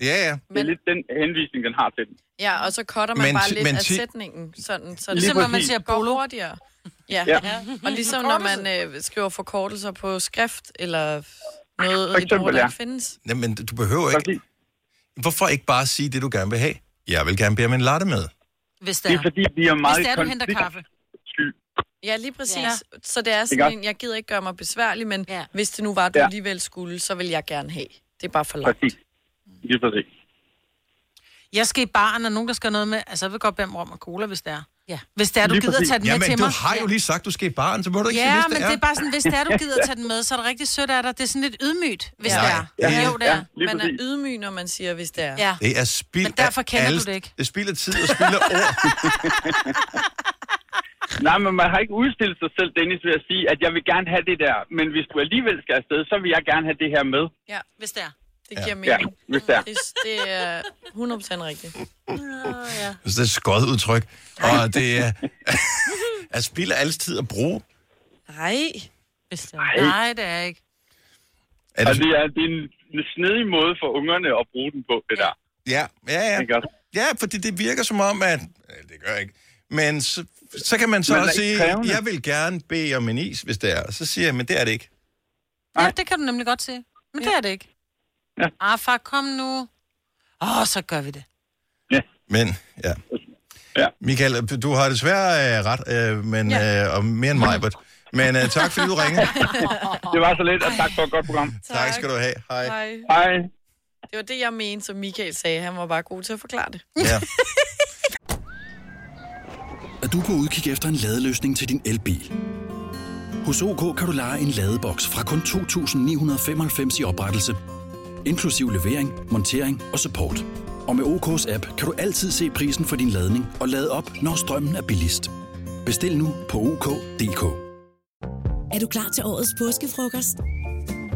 Speaker 1: Ja, ja.
Speaker 12: Det er lidt den henvisning, den har til den.
Speaker 2: Ja, og så cutter man
Speaker 12: Men
Speaker 2: men, bare
Speaker 12: ti-
Speaker 2: lidt
Speaker 12: men
Speaker 2: men, af
Speaker 12: ti-
Speaker 2: sætningen. Sådan, så
Speaker 12: Lige Ligesom når man præcis. siger
Speaker 2: bolo. hurtigere. Ja.
Speaker 12: Ja.
Speaker 2: ja. Og ligesom når man øh, skriver forkortelser på skrift, eller noget
Speaker 1: For eksempel,
Speaker 2: et ord, der
Speaker 1: ja.
Speaker 2: ikke findes.
Speaker 1: Jamen, du behøver ikke... Hvorfor ikke bare sige det, du gerne vil have? Jeg vil gerne bede om en latte med.
Speaker 3: Hvis
Speaker 1: Det er fordi, vi er meget
Speaker 2: Hvis det er, du henter
Speaker 1: konflikt-
Speaker 2: kaffe. Ja, lige præcis. Ja. Så det er
Speaker 1: Ikke
Speaker 2: sådan
Speaker 1: også?
Speaker 2: en, jeg gider ikke gøre mig besværlig, men ja. hvis det nu var, du
Speaker 12: Ja.
Speaker 2: ja. alligevel skulle, så vil jeg gerne have. Det er bare for langt.
Speaker 12: Præcis. Lige præcis.
Speaker 3: Jeg skal i baren, og nogen, der skal noget med... Altså, jeg vil godt bede om rom og cola, hvis det er. Ja. Hvis det er, du
Speaker 1: Lige
Speaker 3: gider
Speaker 1: præcis.
Speaker 3: tage den
Speaker 1: Jamen,
Speaker 3: med til mig.
Speaker 1: du har jo lige sagt, du skal i baren, så må du ikke
Speaker 3: ja,
Speaker 1: sige, hvis
Speaker 3: men
Speaker 1: det er.
Speaker 3: det er bare sådan, hvis det er, du gider tage den med, så er det rigtig sødt af dig. Det er sådan lidt ydmygt, hvis
Speaker 1: Nej,
Speaker 3: det er.
Speaker 1: det er-
Speaker 3: jo, det er.
Speaker 1: Ja, lige
Speaker 2: man er
Speaker 1: præcis.
Speaker 2: ydmyg, når man siger, hvis det er.
Speaker 3: Ja.
Speaker 1: Det er spild
Speaker 2: Men derfor
Speaker 1: af
Speaker 2: kender
Speaker 1: alle-
Speaker 2: du det ikke.
Speaker 1: Det er spild af tid og spild af ord.
Speaker 12: Nej, men man har ikke udstillet sig selv, Dennis, ved at sige, at jeg vil gerne have det der, men hvis du alligevel skal afsted, så vil jeg gerne have det her med.
Speaker 2: Ja,
Speaker 3: hvis det er.
Speaker 2: Det giver
Speaker 12: Ja,
Speaker 2: mening.
Speaker 12: hvis det er.
Speaker 2: Det, det er 100% rigtigt.
Speaker 1: Jeg synes, Det er et skødt udtryk. Og det er, er spild af alles tid at bruge.
Speaker 2: Nej.
Speaker 4: Hvis det
Speaker 12: er.
Speaker 3: Nej, det er ikke.
Speaker 1: Er
Speaker 12: det... Og det er, det er en, en snedig måde for ungerne at bruge den på, det der.
Speaker 1: Ja, ja, ja. Ja, fordi det virker som om, at... ja, Det gør jeg ikke. Men så, så kan man så
Speaker 12: Men
Speaker 1: også
Speaker 12: det er
Speaker 1: sige,
Speaker 12: ikke krævende.
Speaker 1: jeg vil gerne bede om en is, hvis det er. Så siger jeg, men det er det ikke.
Speaker 3: Ja, det kan du nemlig godt se. Men ja. det er det ikke.
Speaker 12: Ja.
Speaker 3: Ah, far, kom nu. Åh, oh, så gør vi det.
Speaker 1: Men, ja.
Speaker 12: ja.
Speaker 1: Michael, du- du har desværre øh, ret, øh, men,
Speaker 12: Ja.
Speaker 1: øh, og mere end mig, but. men øh, tak fordi du ringede.
Speaker 12: Det var så lidt, og tak for et godt program.
Speaker 1: tak skal du have. Hej.
Speaker 2: Hej.
Speaker 12: Hej.
Speaker 2: Det var det, jeg mente, som Michael sagde. Han var bare god til at forklare det.
Speaker 1: Ja.
Speaker 7: Er du på udkig efter en ladeløsning til din elbil? Hos OK kan du lege en ladeboks fra kun 2.995 i oprettelse, inklusiv levering, montering og support. Og med OK's app kan du altid se prisen for din ladning og lade op, når strømmen er billigst. Bestil nu på OK.dk.
Speaker 13: Er du klar til årets påskefrokost?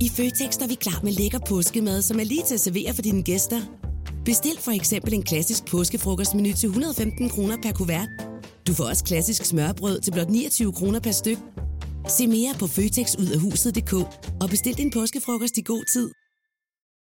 Speaker 13: I Føtex er vi klar med lækker påskemad, som er lige til at servere for dine gæster. Bestil for eksempel en klassisk påskefrokostmenu til 115 kroner per kuvert. Du får også klassisk smørbrød til blot 29 kroner per styk. Se mere på føtexudafhuset.dk og bestil din påskefrokost i god tid.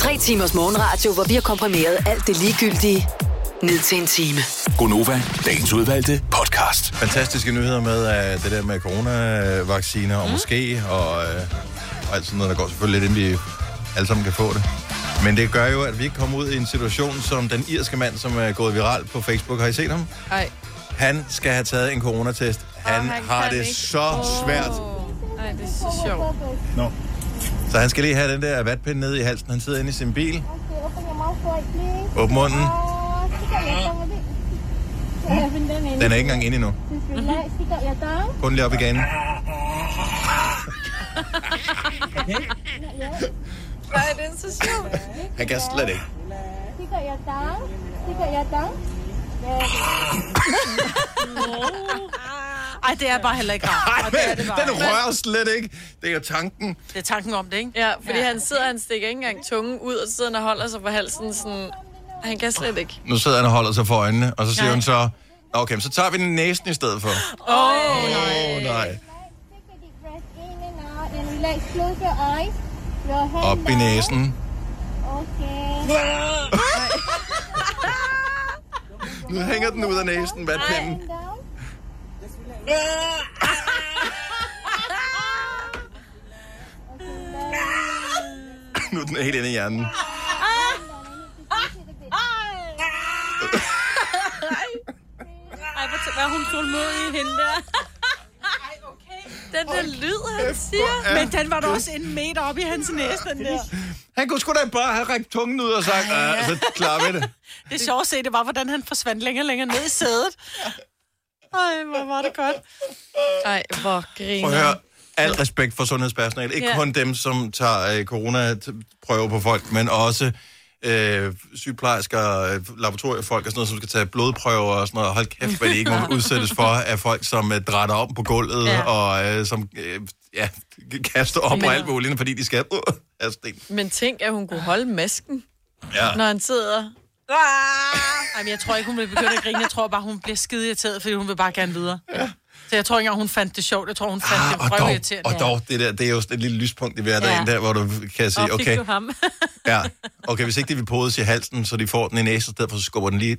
Speaker 11: Tre timers morgenradio, hvor vi har komprimeret alt det ligegyldige ned til en time.
Speaker 1: Gonova, dagens udvalgte podcast. Fantastiske nyheder med uh, det der med coronavacciner og mm. måske, og, uh, og alt sådan noget, der går selvfølgelig lidt, inden vi alle sammen kan få det. Men det gør jo, at vi ikke kommer ud i en situation som den irske mand, som er gået viral på Facebook. Har I set ham?
Speaker 2: Ej.
Speaker 1: Han skal have taget en coronatest. Han, han
Speaker 2: han
Speaker 1: har
Speaker 2: kan
Speaker 1: det
Speaker 2: ikke.
Speaker 1: så
Speaker 2: Åh.
Speaker 1: svært.
Speaker 2: Nej, det er så sjovt.
Speaker 1: No. Så han skal lige have den der vatpind ned i halsen. Han sidder inde i sin bil. Åbn munden. Den er ikke engang inde endnu. Kun lige op i ganen.
Speaker 2: Nej, det er så sjovt.
Speaker 1: Han kan slet ikke.
Speaker 3: Ej, det er bare heller ikke rart.
Speaker 1: Ej,
Speaker 3: Og det er det
Speaker 1: men
Speaker 3: bare.
Speaker 1: den rører slet ikke. Det er tanken.
Speaker 3: Det er tanken om det, ikke?
Speaker 2: Ja, fordi ja. han sidder, han stikker ikke engang tungen ud, og så sidder han og holder sig på halsen sådan... Han kan slet ikke.
Speaker 1: Nu sidder han og holder sig for øjnene, og så siger
Speaker 2: Nej.
Speaker 1: hun så, "Nå, okay, men så tager vi den i næsen i stedet for.
Speaker 2: Åh, oh,
Speaker 1: Åh, nej. Op i næsen. Nu hænger den ud af næsen, vatpinden. Nu er den helt inde i hjernen.
Speaker 4: Ej, hvor t- hvor er hun tålmodig, hende der.
Speaker 3: Den der lyd, han siger. Men den var da også en meter op i hans næse, den der.
Speaker 1: Han kunne sgu da bare have rækket tungen ud og sagt, ja, så klarer vi det.
Speaker 3: Det er sjovt at se, det var, hvordan han forsvandt længere og længere ned i sædet. Ej, hvor var det godt.
Speaker 2: Ej, hvor griner.
Speaker 1: Prøv at høre. Al respekt for sundhedspersonale. Ikke
Speaker 2: Ja.
Speaker 1: kun dem, som tager øh, coronaprøver på folk, men også øh, sygeplejersker, øh, laboratoriefolk og sådan noget, som skal tage blodprøver og sådan noget. Hold kæft, hvad de ikke må udsættes for af folk, som øh, drætter om på gulvet ja.
Speaker 2: Ja.
Speaker 1: og øh, som øh, ja, kaster op
Speaker 2: Men-
Speaker 1: på alt muligt, fordi de skal uh, have sten.
Speaker 2: Men tænk, at hun kunne holde masken,
Speaker 1: Ja.
Speaker 2: når han sidder.
Speaker 3: Ah! Ej, men jeg tror ikke, hun vil begynde at grine. Jeg tror bare, hun bliver skide irriteret, fordi hun vil bare gerne videre. Ja. Så jeg tror ikke engang, hun fandt det sjovt. Jeg tror, hun fandt det
Speaker 1: Ah, Og dog,
Speaker 3: røvirriterende.
Speaker 1: og dog, det der, det er jo sådan et lille lyspunkt i hverdagen
Speaker 3: Ja.
Speaker 1: der, hvor du kan sige,
Speaker 3: Og fik
Speaker 1: okay,
Speaker 3: du ham?
Speaker 1: Ja, okay, hvis ikke de vil podes i halsen, så de får den i næsen, i stedet for så skubber den lige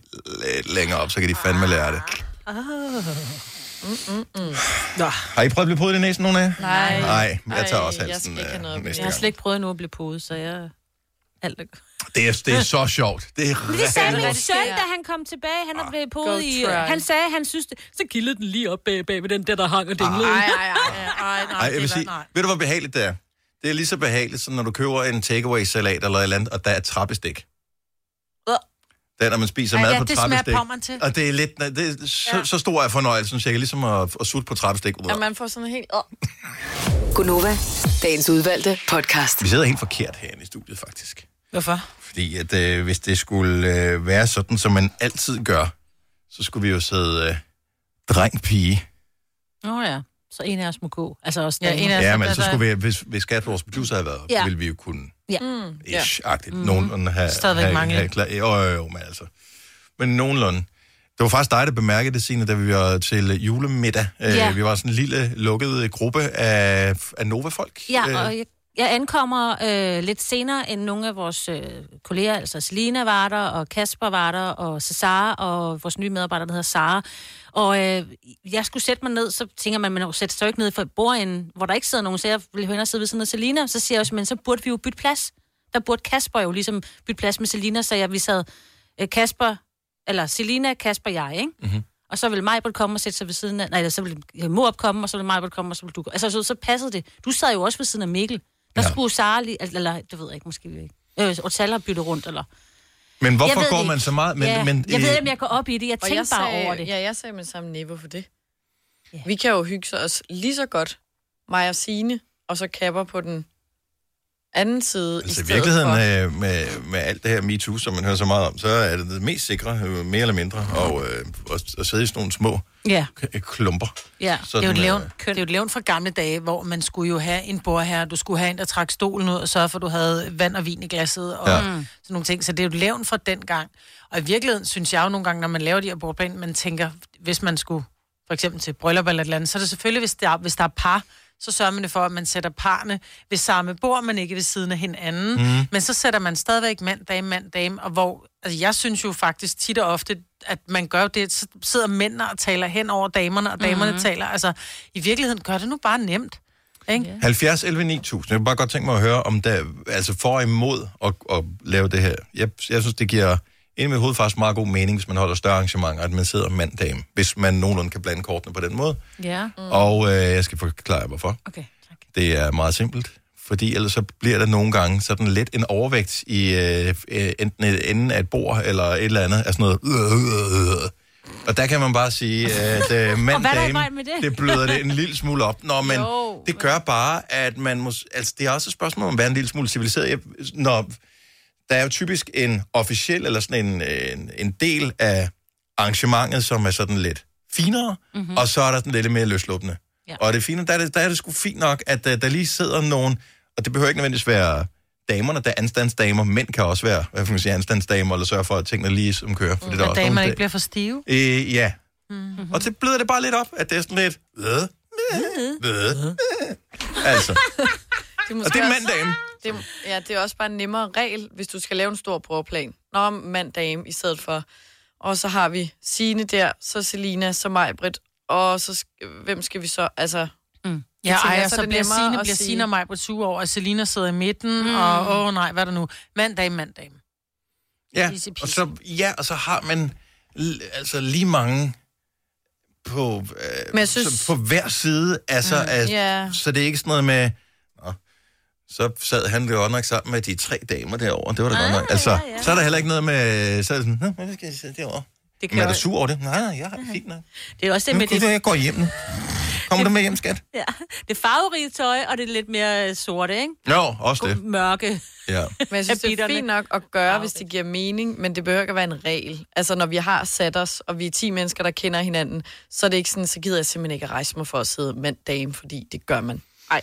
Speaker 1: lidt længere op, så kan de fandme lære det.
Speaker 6: Ah. Mm, mm, mm.
Speaker 1: Nå. Har I prøvet at blive podet i næsen, nogen af jer?
Speaker 4: Nej.
Speaker 1: Nej, jeg tager
Speaker 4: Ej,
Speaker 1: også
Speaker 4: jeg skal
Speaker 1: halsen
Speaker 4: ikke have noget
Speaker 1: øh,
Speaker 4: at blive-
Speaker 1: næste
Speaker 4: Jeg har
Speaker 1: gang.
Speaker 4: slet ikke prøvet nu at blive podet, så jeg... Alt er godt.
Speaker 1: Det er, det er så sjovt. Det er
Speaker 4: Men det sagde min
Speaker 1: rigtig
Speaker 4: søn, da han kom tilbage. Han er blevet
Speaker 2: go
Speaker 4: podet i... øh,
Speaker 2: try.
Speaker 4: Han sagde, at han synes det. Så kildede den lige op bag, bag ved den der, der hang og dinglede.
Speaker 2: Ej, ej, ej. ej, nej,
Speaker 1: Ej, jeg vil sige, ved du, hvor behageligt det er? Det er lige så behageligt, som når du køber en takeaway-salat eller et eller andet, og der er trappestik. Det er, når man spiser
Speaker 3: Ej,
Speaker 1: mad
Speaker 3: ja,
Speaker 1: på
Speaker 3: det smager
Speaker 1: trappestik.
Speaker 3: pommeren til.
Speaker 1: Og det er lidt, nej, det er så, så stor er fornøjelsen, cirka ligesom at, at sutte på trappestik.
Speaker 2: At man får sådan en helt...
Speaker 11: Gonova, dagens udvalgte podcast.
Speaker 1: Vi sidder helt forkert herinde i studiet, faktisk.
Speaker 3: Hvorfor?
Speaker 1: Fordi at, øh, hvis det skulle øh, være sådan, som man altid gør, så skulle vi jo sidde øh, dreng-pige.
Speaker 4: Nå ja, så en af os må gå. Altså også
Speaker 3: Ja, en af
Speaker 1: Ja, men så skulle vi, hvis, hvis Skat, vores producer, havde været, ja.
Speaker 4: Ja.
Speaker 1: ville vi jo kunne
Speaker 4: Ja. Mm,
Speaker 1: ja. ish-agtigt mm-hmm. nogenlunde have...
Speaker 4: Stadigvæk
Speaker 1: have,
Speaker 4: mange.
Speaker 1: Have, klar, jo, jo, jo, men altså. Men nogenlunde. Det var faktisk dig, der bemærkede det, Signe, da vi var til julemiddag.
Speaker 4: Ja.
Speaker 1: Øh, vi var sådan en lille, lukket gruppe af, af Nova-folk.
Speaker 4: Ja,
Speaker 1: Øh,
Speaker 4: og jeg, jeg ankommer øh, lidt senere end nogle af vores øh, kolleger, altså Selina var der, og Kasper var der, og Cesar, og vores nye medarbejder, der hedder Sara. Og øh, jeg skulle sætte mig ned, så tænker man, man sætter sig jo ikke ned for et bordende, hvor der ikke sidder nogen, så jeg ville hende og sidde ved siden af Selina, så siger jeg også, men så burde vi jo bytte plads. Der burde Kasper jo ligesom bytte plads med Selina, så jeg, vi sad øh, Kasper, eller Selina, Kasper og jeg, ikke?
Speaker 6: Mhm.
Speaker 4: Og så ville Majbert komme og sætte sig ved siden af... Nej, så ville ja, Mor komme, og så ville Majbert komme, og så ville du gå. Altså, så, så passede det. Du sad jo også ved siden af Mikkel. Der ja. skulle Sara lige... Eller, eller, det ved jeg ikke, måske ikke. Øh, og Tal har byttet rundt, eller...
Speaker 1: Men
Speaker 4: Jeg ved
Speaker 1: hvorfor
Speaker 4: det
Speaker 1: går man
Speaker 4: ikke.
Speaker 1: så meget... Men,
Speaker 4: ja,
Speaker 1: men,
Speaker 4: jeg ved
Speaker 1: øh,
Speaker 4: ikke, om jeg går op i det. Jeg
Speaker 2: Og
Speaker 4: tænker
Speaker 2: jeg
Speaker 4: bare
Speaker 2: sagde-
Speaker 4: over det.
Speaker 2: Ja, jeg sagde med samme niveau for det. Vi kan jo hygge os lige så godt, mig og Signe, og så kapper på den anden side
Speaker 1: Altså
Speaker 2: i
Speaker 1: i
Speaker 2: stedet
Speaker 1: virkeligheden
Speaker 2: for.
Speaker 1: øh, med, med alt det her MeToo, som man hører så meget om, så er det det mest sikre, øh, mere eller mindre, og, øh, at, at sidde i sådan nogle små
Speaker 3: Ja.
Speaker 1: k- øh, klumper.
Speaker 3: Ja,
Speaker 1: Sådan,
Speaker 3: det er, jo et levn,
Speaker 1: øh,
Speaker 3: det er jo et levn fra gamle dage, hvor man skulle jo have en bordherre, du skulle have en, der trak stolen ud og sørge for, at du havde vand og vin i glasset og
Speaker 1: Ja.
Speaker 3: ja. sådan nogle ting. Så det er jo et levn fra den gang. Og i virkeligheden synes jeg jo nogle gange, når man laver de her bordplaner, man tænker, hvis man skulle for eksempel til et bryllup eller et eller andet, så er det selvfølgelig, hvis der, hvis der er par, så sørger man det for, at man sætter parne ved samme bord, men ikke ved siden af hinanden.
Speaker 6: Mhm.
Speaker 3: Mm. Men så sætter man stadigvæk mand, dame, mand, dame, og hvor, altså jeg synes jo faktisk tit og ofte, at man gør jo det, så sidder mændene og taler hen over damerne, og damerne
Speaker 1: Mhm.
Speaker 3: mm. taler, altså i virkeligheden gør det nu bare nemt. Ikke?
Speaker 1: 70 11 9000. Jeg kunne bare godt tænke mig at høre, om der altså for og imod at, at lave det her. Jeg, jeg synes, det giver ind med hovedet faktisk meget god mening, hvis man holder større arrangementer, at man sidder mand-dame, hvis man nogenlunde kan blande kortene på den måde.
Speaker 4: Ja. Mm.
Speaker 1: Og øh, jeg skal forklare jer, hvorfor.
Speaker 4: Okay,
Speaker 1: Det er meget simpelt, fordi ellers så bliver der nogle gange sådan lidt en overvægt i øh, øh, enten et ende af et bord eller et eller andet af sådan noget. Øh, øh, øh. Og der kan man bare sige, at øh, mand,
Speaker 6: Og hvad er der i
Speaker 1: dame,
Speaker 6: vejen med det?
Speaker 1: det bløder det en lille smule op. Nå, men
Speaker 6: Jo.
Speaker 1: det gør bare, at man må... Altså, det er også et spørgsmål om at være en lille smule civiliseret. Jeg- Når der er jo typisk en officiel eller sådan en, øh, en, en del af arrangementet, som er sådan lidt finere,
Speaker 6: Mhm.
Speaker 1: mm-hmm. og så er der sådan lidt mere løsluppende.
Speaker 4: Ja.
Speaker 1: Og det fine, der er det, der er det sgu fint nok, at øh, der, der lige sidder nogen, og det behøver ikke nødvendigvis være damerne, der er anstandsdamer, mænd kan også være, hvad kan man sige, anstandsdamer, eller sørge for, at tingene lige som kører. For det er
Speaker 3: Mm.
Speaker 1: der
Speaker 3: At
Speaker 1: også nogle
Speaker 3: damerne
Speaker 1: da-
Speaker 3: ikke bliver for stive.
Speaker 1: Øh, ja. Mm-hmm. Og så bløder det bare lidt op, at det er sådan lidt... Øh,
Speaker 3: Mm-hmm.
Speaker 1: øh, øh. Altså,
Speaker 2: Det er
Speaker 1: og det er
Speaker 2: også-
Speaker 1: mandagen.
Speaker 2: Det, er- ja, det er også bare en nemmere regel, hvis du skal lave en stor brugerplan. Nå, mand, dame, i stedet for. Og så har vi Sine der, så Selina, så Majbrit, og så sk- hvem skal vi så, altså... Mm.
Speaker 3: Ja, ej, og så, bliver Signe, bliver Signe og mig på 20 år, og Selina sidder i midten,
Speaker 2: Mm.
Speaker 3: mm. og åh nej, hvad er der nu? Mandag, mandag.
Speaker 1: Ja,
Speaker 3: Easy peasy.
Speaker 1: og så, ja, og så har man l- altså lige mange på,
Speaker 2: Men
Speaker 1: øh,
Speaker 2: jeg
Speaker 1: synes...
Speaker 2: synes-
Speaker 1: så, på hver side. Altså, mm,
Speaker 2: Mm, ja.
Speaker 1: så det er ikke sådan noget med, Nå, så sad han godt nok sammen med de tre damer derovre. Det var da ah, godt nok. Altså, ja, ja. Så er der heller ikke noget med, så er det sådan, "Nå, hvad skal jeg sidde derovre?
Speaker 4: Det kan
Speaker 1: Det kan Men er
Speaker 4: jo-
Speaker 1: du sur over det? Nej, nej, jeg har det fint nok.
Speaker 4: Det er også det
Speaker 1: Nu
Speaker 4: med
Speaker 1: det... Jeg går hjem nu. Kommer du med hjem, skat?
Speaker 4: Ja, det farverige tøj, og det lidt mere øh, sorte, ikke?
Speaker 1: Nå, også det.
Speaker 4: Mørke.
Speaker 1: Ja.
Speaker 2: Men jeg synes, det er
Speaker 4: Bitterne.
Speaker 2: fint nok at gøre, hvis det giver mening, men det behøver ikke at være en regel. Altså, når vi har sat os, og vi er 10 mennesker, der kender hinanden, så er det ikke sådan, så gider jeg simpelthen ikke at rejse mig for at sidde mand, dame, fordi det gør man. Ej.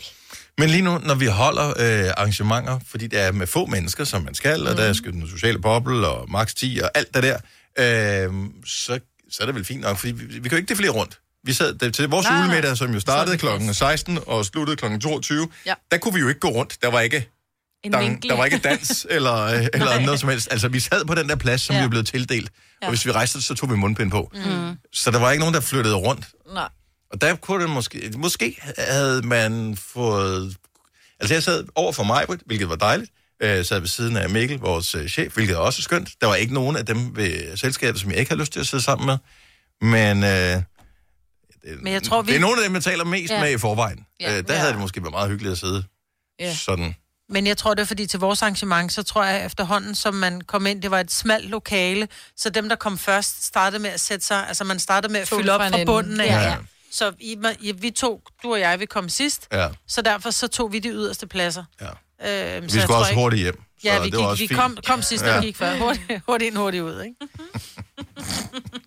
Speaker 1: Men lige nu, når vi holder øh, arrangementer, fordi det er med få mennesker, som man skal, mm.
Speaker 6: Mhm.
Speaker 1: og der er sgu den sociale boble og max 10 og alt det der, øh, så, så er det vel fint nok, fordi vi, vi kan jo ikke defilere rundt. Vi sad det, til vores
Speaker 6: Nej, nej.
Speaker 1: julemiddag, som jo startede kl. 16 og sluttede kl. 22,
Speaker 6: Ja.
Speaker 1: der kunne vi jo ikke gå rundt. Der var ikke,
Speaker 6: En
Speaker 1: der,
Speaker 6: vinkel.
Speaker 1: der var ikke dans eller, øh, eller noget som helst. Altså, vi sad på den der plads, som ja.
Speaker 2: Ja.
Speaker 1: vi var blevet tildelt, ja.
Speaker 2: Ja.
Speaker 1: og hvis vi rejste, så tog vi mundbind på. Mm.
Speaker 2: Mm.
Speaker 1: Så der var ikke nogen, der flyttede rundt.
Speaker 2: Nej.
Speaker 1: Og der kunne det måske... Måske havde man fået... Altså, jeg sad over for mig, hvilket var dejligt. Jeg sad ved siden af Mikkel, vores øh, chef, hvilket er også skønt. Der var ikke nogen af dem ved selskabet, som jeg ikke havde lyst til at sidde sammen med. Men, øh, det,
Speaker 3: Men jeg tror, vi...
Speaker 1: det er nogle af dem, jeg taler mest ja. med i forvejen.
Speaker 3: Ja.
Speaker 1: Ja. Øh, der ja. havde det måske været meget hyggeligt at sidde
Speaker 3: Ja.
Speaker 1: ja. sådan.
Speaker 3: Men jeg tror, det er fordi til vores arrangement, så tror jeg efterhånden, som man kom ind, det var et smalt lokale, så dem, der kom først, startede med at sætte sig, altså man startede med at
Speaker 2: Tog
Speaker 3: fylde
Speaker 2: den
Speaker 3: op
Speaker 2: fra en
Speaker 3: fra
Speaker 2: ende.
Speaker 3: bunden af.
Speaker 1: Ja.
Speaker 3: Ja,
Speaker 1: Ja.
Speaker 3: ja. Så I, I, vi to, du og jeg, vi kom sidst,
Speaker 1: Ja.
Speaker 3: så derfor så tog vi de yderste pladser.
Speaker 1: Ja.
Speaker 3: Øhm,
Speaker 1: Vi skulle også hurtigt hjem, så
Speaker 3: ja,
Speaker 1: det
Speaker 3: vi,
Speaker 1: var
Speaker 3: gik,
Speaker 1: også
Speaker 3: vi
Speaker 1: fint.
Speaker 3: kom, kom sidst, ja.
Speaker 1: Ja.
Speaker 3: og gik før. Hurtigt, hurtigt ind, hurtigt ud, ikke?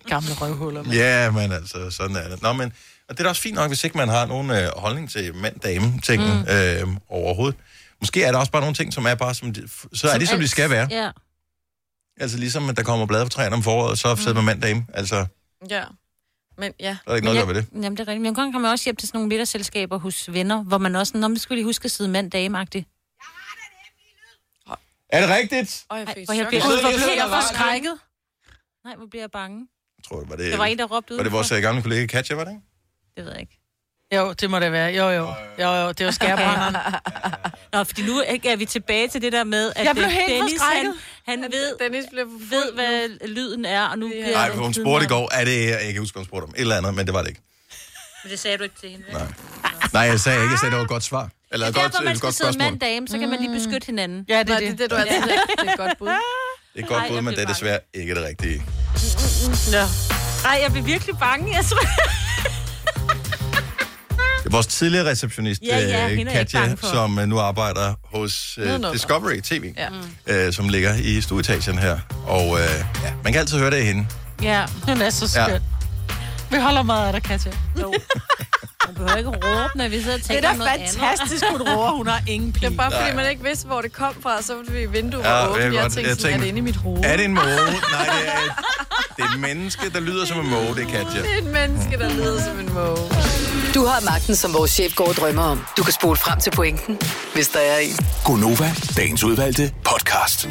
Speaker 3: Gamle røvhuller, mand.
Speaker 1: Ja, men altså, sådan er det. Nå, men og det er da også fint nok, hvis ikke man har nogen øh, holdning til mand-dame-tingen mm. øh, overhovedet. Måske er der også bare nogle ting, som er bare som de, f- så er de, som de skal være.
Speaker 4: Ja.
Speaker 1: Altså ligesom, at der kommer blade på træerne om foråret, så
Speaker 4: Mm.
Speaker 1: sidder man mand-dame. Altså,
Speaker 2: Ja. Men ja.
Speaker 1: Der er ikke noget,
Speaker 4: Men jeg-
Speaker 1: der ved
Speaker 4: Jamen, det er rigtigt. Men nogle gange kan man også hjælpe til sådan nogle middagsselskaber hos venner, hvor man også, når man skulle lige huske at sidde mand dame -agtigt.
Speaker 1: er det rigtigt?
Speaker 2: Øj, jeg
Speaker 4: fik Hvor jeg chok. bliver-
Speaker 1: Du sidder
Speaker 4: hvor
Speaker 1: lige og
Speaker 4: bliver
Speaker 1: sidder
Speaker 4: jeg
Speaker 1: og
Speaker 4: forskrækket. Nej, hvor bliver jeg bange.
Speaker 1: Jeg tror, det var det.
Speaker 4: Der var en, der råbte
Speaker 1: Var det vores øh,
Speaker 4: udenfor.
Speaker 1: gamle kollega Katja, var det ikke?
Speaker 4: Det ved jeg ikke.
Speaker 3: Jo, det må det være. Jo, jo. Jo, jo, det var skærbrænderen.
Speaker 4: Nå, fordi nu er vi tilbage til det der med, at
Speaker 3: Jeg blev
Speaker 4: øh,
Speaker 3: helt
Speaker 4: Dennis, han,
Speaker 3: forskrækket.
Speaker 4: han ved,
Speaker 2: Dennis blev
Speaker 4: ved, hvad lyden er, og nu ja. bliver
Speaker 1: Nej,
Speaker 4: den
Speaker 1: hun
Speaker 4: tid
Speaker 1: spurgte i
Speaker 4: meget-
Speaker 1: går, er det, jeg kan ikke huske, hvad hun spurgte om et eller andet, men det var det ikke.
Speaker 4: Men det sagde du ikke til hende. Nej.
Speaker 1: Nej, jeg sagde ikke, jeg sagde, det var et godt svar. Eller
Speaker 4: Det
Speaker 1: et
Speaker 4: er
Speaker 1: godt,
Speaker 4: derfor, man
Speaker 1: et
Speaker 4: skal
Speaker 1: godt
Speaker 4: sidde
Speaker 1: spørgsmål.
Speaker 4: mand dame, så kan
Speaker 3: Mm.
Speaker 4: man lige beskytte hinanden.
Speaker 3: Ja, det
Speaker 2: er det. det, du altså altid siger. Det er et godt bud.
Speaker 1: Det er et godt
Speaker 4: Ej,
Speaker 1: bud,
Speaker 4: jeg
Speaker 1: men
Speaker 4: blev
Speaker 1: det er
Speaker 4: bange.
Speaker 1: desværre ikke det rigtige.
Speaker 4: Nå. Nej, jeg blev virkelig bange. Jeg tror...
Speaker 1: Vores tidligere receptionist,
Speaker 4: Ja, ja,
Speaker 1: øh,
Speaker 4: hende er jeg ikke
Speaker 1: Katja,
Speaker 4: bange for.
Speaker 1: som øh, nu arbejder hos øh,
Speaker 4: Nedenunder.
Speaker 1: Discovery TV,
Speaker 4: Ja. Mm.
Speaker 1: øh, som ligger i stueetagen her. Og øh, ja, man kan altid høre det af hende.
Speaker 4: Ja,
Speaker 3: hun er så
Speaker 1: Ja.
Speaker 3: skøn. Vi holder meget af dig, Katja.
Speaker 4: Jo. Hun behøver ikke råbe, når vi sidder og
Speaker 3: Det
Speaker 4: tænker
Speaker 3: er
Speaker 4: om
Speaker 3: da
Speaker 4: noget andet.
Speaker 3: fantastisk, hun råber. Hun har ingen pige.
Speaker 2: Det er bare fordi,
Speaker 1: Nej.
Speaker 2: man ikke vidste, hvor det kom fra, så var det vinduet
Speaker 1: Ja,
Speaker 2: ja,
Speaker 1: jeg
Speaker 2: åbent.
Speaker 1: ved
Speaker 2: Jeg
Speaker 1: godt.
Speaker 2: tænkte,
Speaker 1: Jeg
Speaker 2: sådan, er
Speaker 1: tænkte,
Speaker 2: det inde i mit hoved?
Speaker 1: Er det en måge? Nej, det er, Det er et menneske, der lyder som en måge, det er Katja.
Speaker 2: Det er et menneske, der lyder som en måge.
Speaker 11: Du har magten, som vores chef går og drømmer om. Du kan spole frem til pointen, hvis der er en.
Speaker 5: Gonova, dagens udvalgte podcast.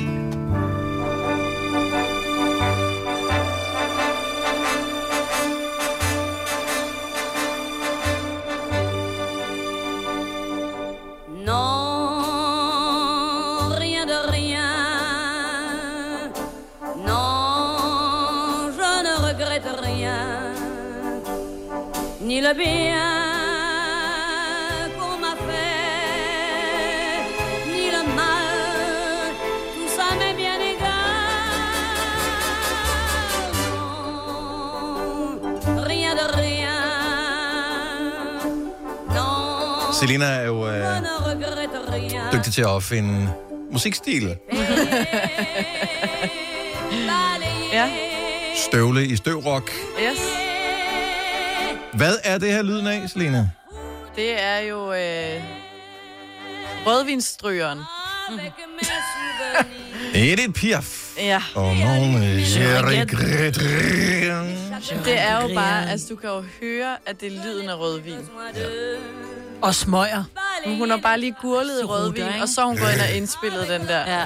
Speaker 14: Non, rien de rien. Non, je ne regrette rien. Ni le bien qu'on m'a fait, ni le mal. Tout ça m'est bien égal. Non, rien de rien. Non,
Speaker 1: Selina er jo øh,
Speaker 14: je ne regrette rien.
Speaker 1: dygtig til at opfinde musikstil.
Speaker 2: ja.
Speaker 1: Støvle i støvrock.
Speaker 2: Yes.
Speaker 1: Hvad er det her lyden af, Selina?
Speaker 2: Det er jo øh, rødvinstrygeren.
Speaker 1: Edith Piaf.
Speaker 2: Ja.
Speaker 1: Og nogen øh, Jerry
Speaker 2: Det er jo bare, altså du kan jo høre, at det er lyden af rødvin.
Speaker 3: Og smøger.
Speaker 2: Hun har bare lige gurlet i rødvin, og så er hun gået ind og indspillet den der. Ja.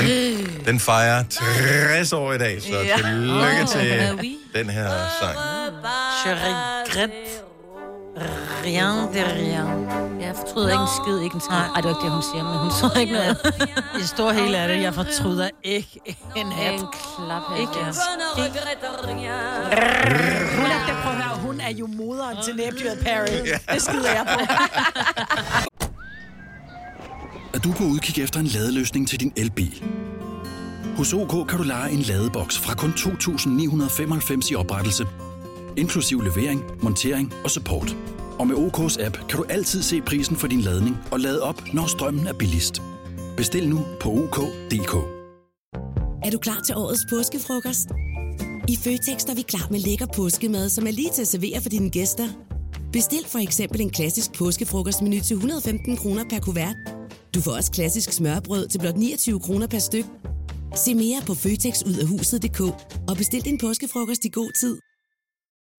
Speaker 1: Den, den fejrer 60 år i dag, så
Speaker 2: Ja.
Speaker 1: tillykke
Speaker 2: Åh,
Speaker 1: til
Speaker 2: oui.
Speaker 1: den her sang.
Speaker 4: Je regrette rien de rien. Jeg fortryder ikke en skid, ikke en skid. Ej, det var ikke det, hun siger, men hun så ikke noget.
Speaker 3: I det store hele er det, jeg fortryder ikke en hat. En
Speaker 4: klap
Speaker 3: Ikke en skid. Hun er, prøv at høre, hun er jo moderen til næbdyret Perry. Det skider jeg på.
Speaker 7: Er du på udkig efter en ladeløsning til din elbil? Hos OK kan du lege en ladeboks fra kun 2.995 i oprettelse, inklusiv levering, montering og support. Og med OK's app kan du altid se prisen for din ladning og lade op, når strømmen er billigst. Bestil nu på OK.dk.
Speaker 13: Er du klar til årets påskefrokost? I Føtex er vi klar med lækker påskemad, som er lige til at servere for dine gæster. Bestil for eksempel en klassisk påskefrokostmenu til 115 kroner per kuvert. Du får også klassisk smørbrød til blot 29 kroner per styk. Se mere på føtexudafhuset.dk og bestil din påskefrokost i god tid.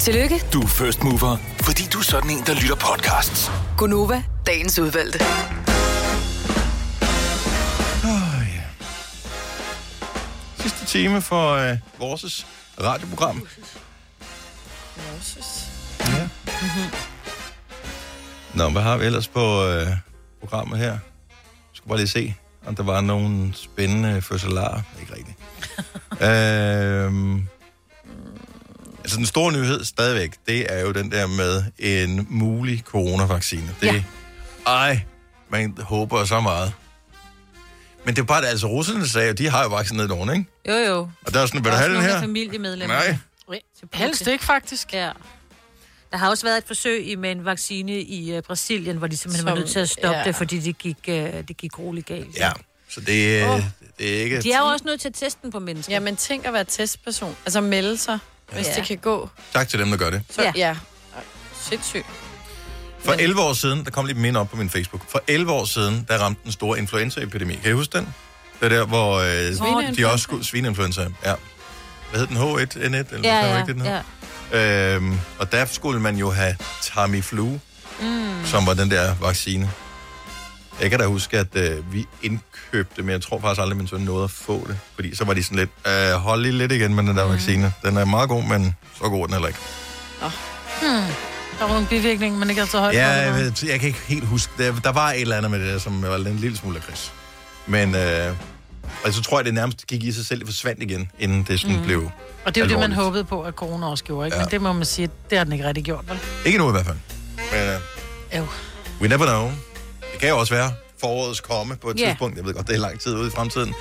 Speaker 11: Tillykke,
Speaker 5: Du er first mover, fordi du er sådan en, der lytter podcasts.
Speaker 11: Gunova, dagens udvalgte.
Speaker 1: Sidste time for øh, vores radioprogram. Ja. Nå, hvad har vi ellers på øh, programmet her? Jeg skulle bare lige se, om der var nogle spændende fødselarer. Ikke rigtigt. øhm, altså den store nyhed stadigvæk, det er jo den der med en mulig coronavaccine. Det, ja. Ej, man håber så meget. Men det er bare, at altså russerne sagde, at de har jo vaccineret nogen, ikke?
Speaker 4: Jo, jo.
Speaker 1: Og der er sådan, vil du have den her?
Speaker 4: familiemedlemmer.
Speaker 1: Nej.
Speaker 4: Helst ikke, faktisk. Ja. Der har også været et forsøg i- med en vaccine i uh, Brasilien, hvor de simpelthen Som, var
Speaker 2: Som-
Speaker 4: nødt til at stoppe
Speaker 2: ja.
Speaker 4: ja. det, fordi det gik, uh, det gik roligt galt.
Speaker 1: Ja, så det,
Speaker 4: Åh.
Speaker 1: oh. det er ikke...
Speaker 4: De er jo også nødt til at teste den på mennesker.
Speaker 2: Ja, men tænk at være testperson. Altså melde sig, hvis
Speaker 4: Ja.
Speaker 2: det kan gå.
Speaker 1: Tak til dem, der gør det.
Speaker 2: Så, ja. ja. Sindssygt.
Speaker 1: For 11 år siden, der kom lige et minde op på min Facebook, for 11 år siden, der ramte den store influenzaepidemi. Kan I huske den? Det er der, hvor øh, de
Speaker 4: Svineinfluenza.
Speaker 1: også skulle... Svineinfluenza, ja. Hvad hed den? H1N1? Eller hvad
Speaker 4: ja,
Speaker 1: fanden var
Speaker 4: ja,
Speaker 1: ikke det, den hed?
Speaker 4: ja.
Speaker 1: Øhm, og der skulle man jo have Tamiflu,
Speaker 4: Mm.
Speaker 1: som var den der vaccine. Jeg kan da huske, at øh, vi indkøbte, men jeg tror faktisk aldrig, min søn nåede at få det. Fordi så var de sådan lidt, øh, hold lige lidt igen med den der
Speaker 4: Mm.
Speaker 1: vaccine. Den er meget god, men så god er den heller ikke.
Speaker 3: Hmm. Der var en bivirkning, man ikke havde så højt
Speaker 1: Ja,
Speaker 3: for, eller
Speaker 1: jeg,
Speaker 3: hvad?
Speaker 1: ved, jeg kan ikke helt huske. Der, der var et eller andet med det der, som var en lille smule af kris. Men øh, og så tror jeg, det nærmest gik i sig selv, det forsvandt igen, inden det sådan mm. blev
Speaker 3: Og det er jo det, man
Speaker 1: alvorligt.
Speaker 3: håbede på, at corona også gjorde, ikke?
Speaker 1: Ja.
Speaker 3: Men det må man sige, det har den ikke rigtig gjort, vel?
Speaker 1: Ikke nu i hvert fald. Men øh,
Speaker 3: Jo.
Speaker 1: we never know. Det kan jo også være forårets komme på et
Speaker 3: Ja.
Speaker 1: yeah. tidspunkt. Jeg ved godt, det er lang tid ude i fremtiden.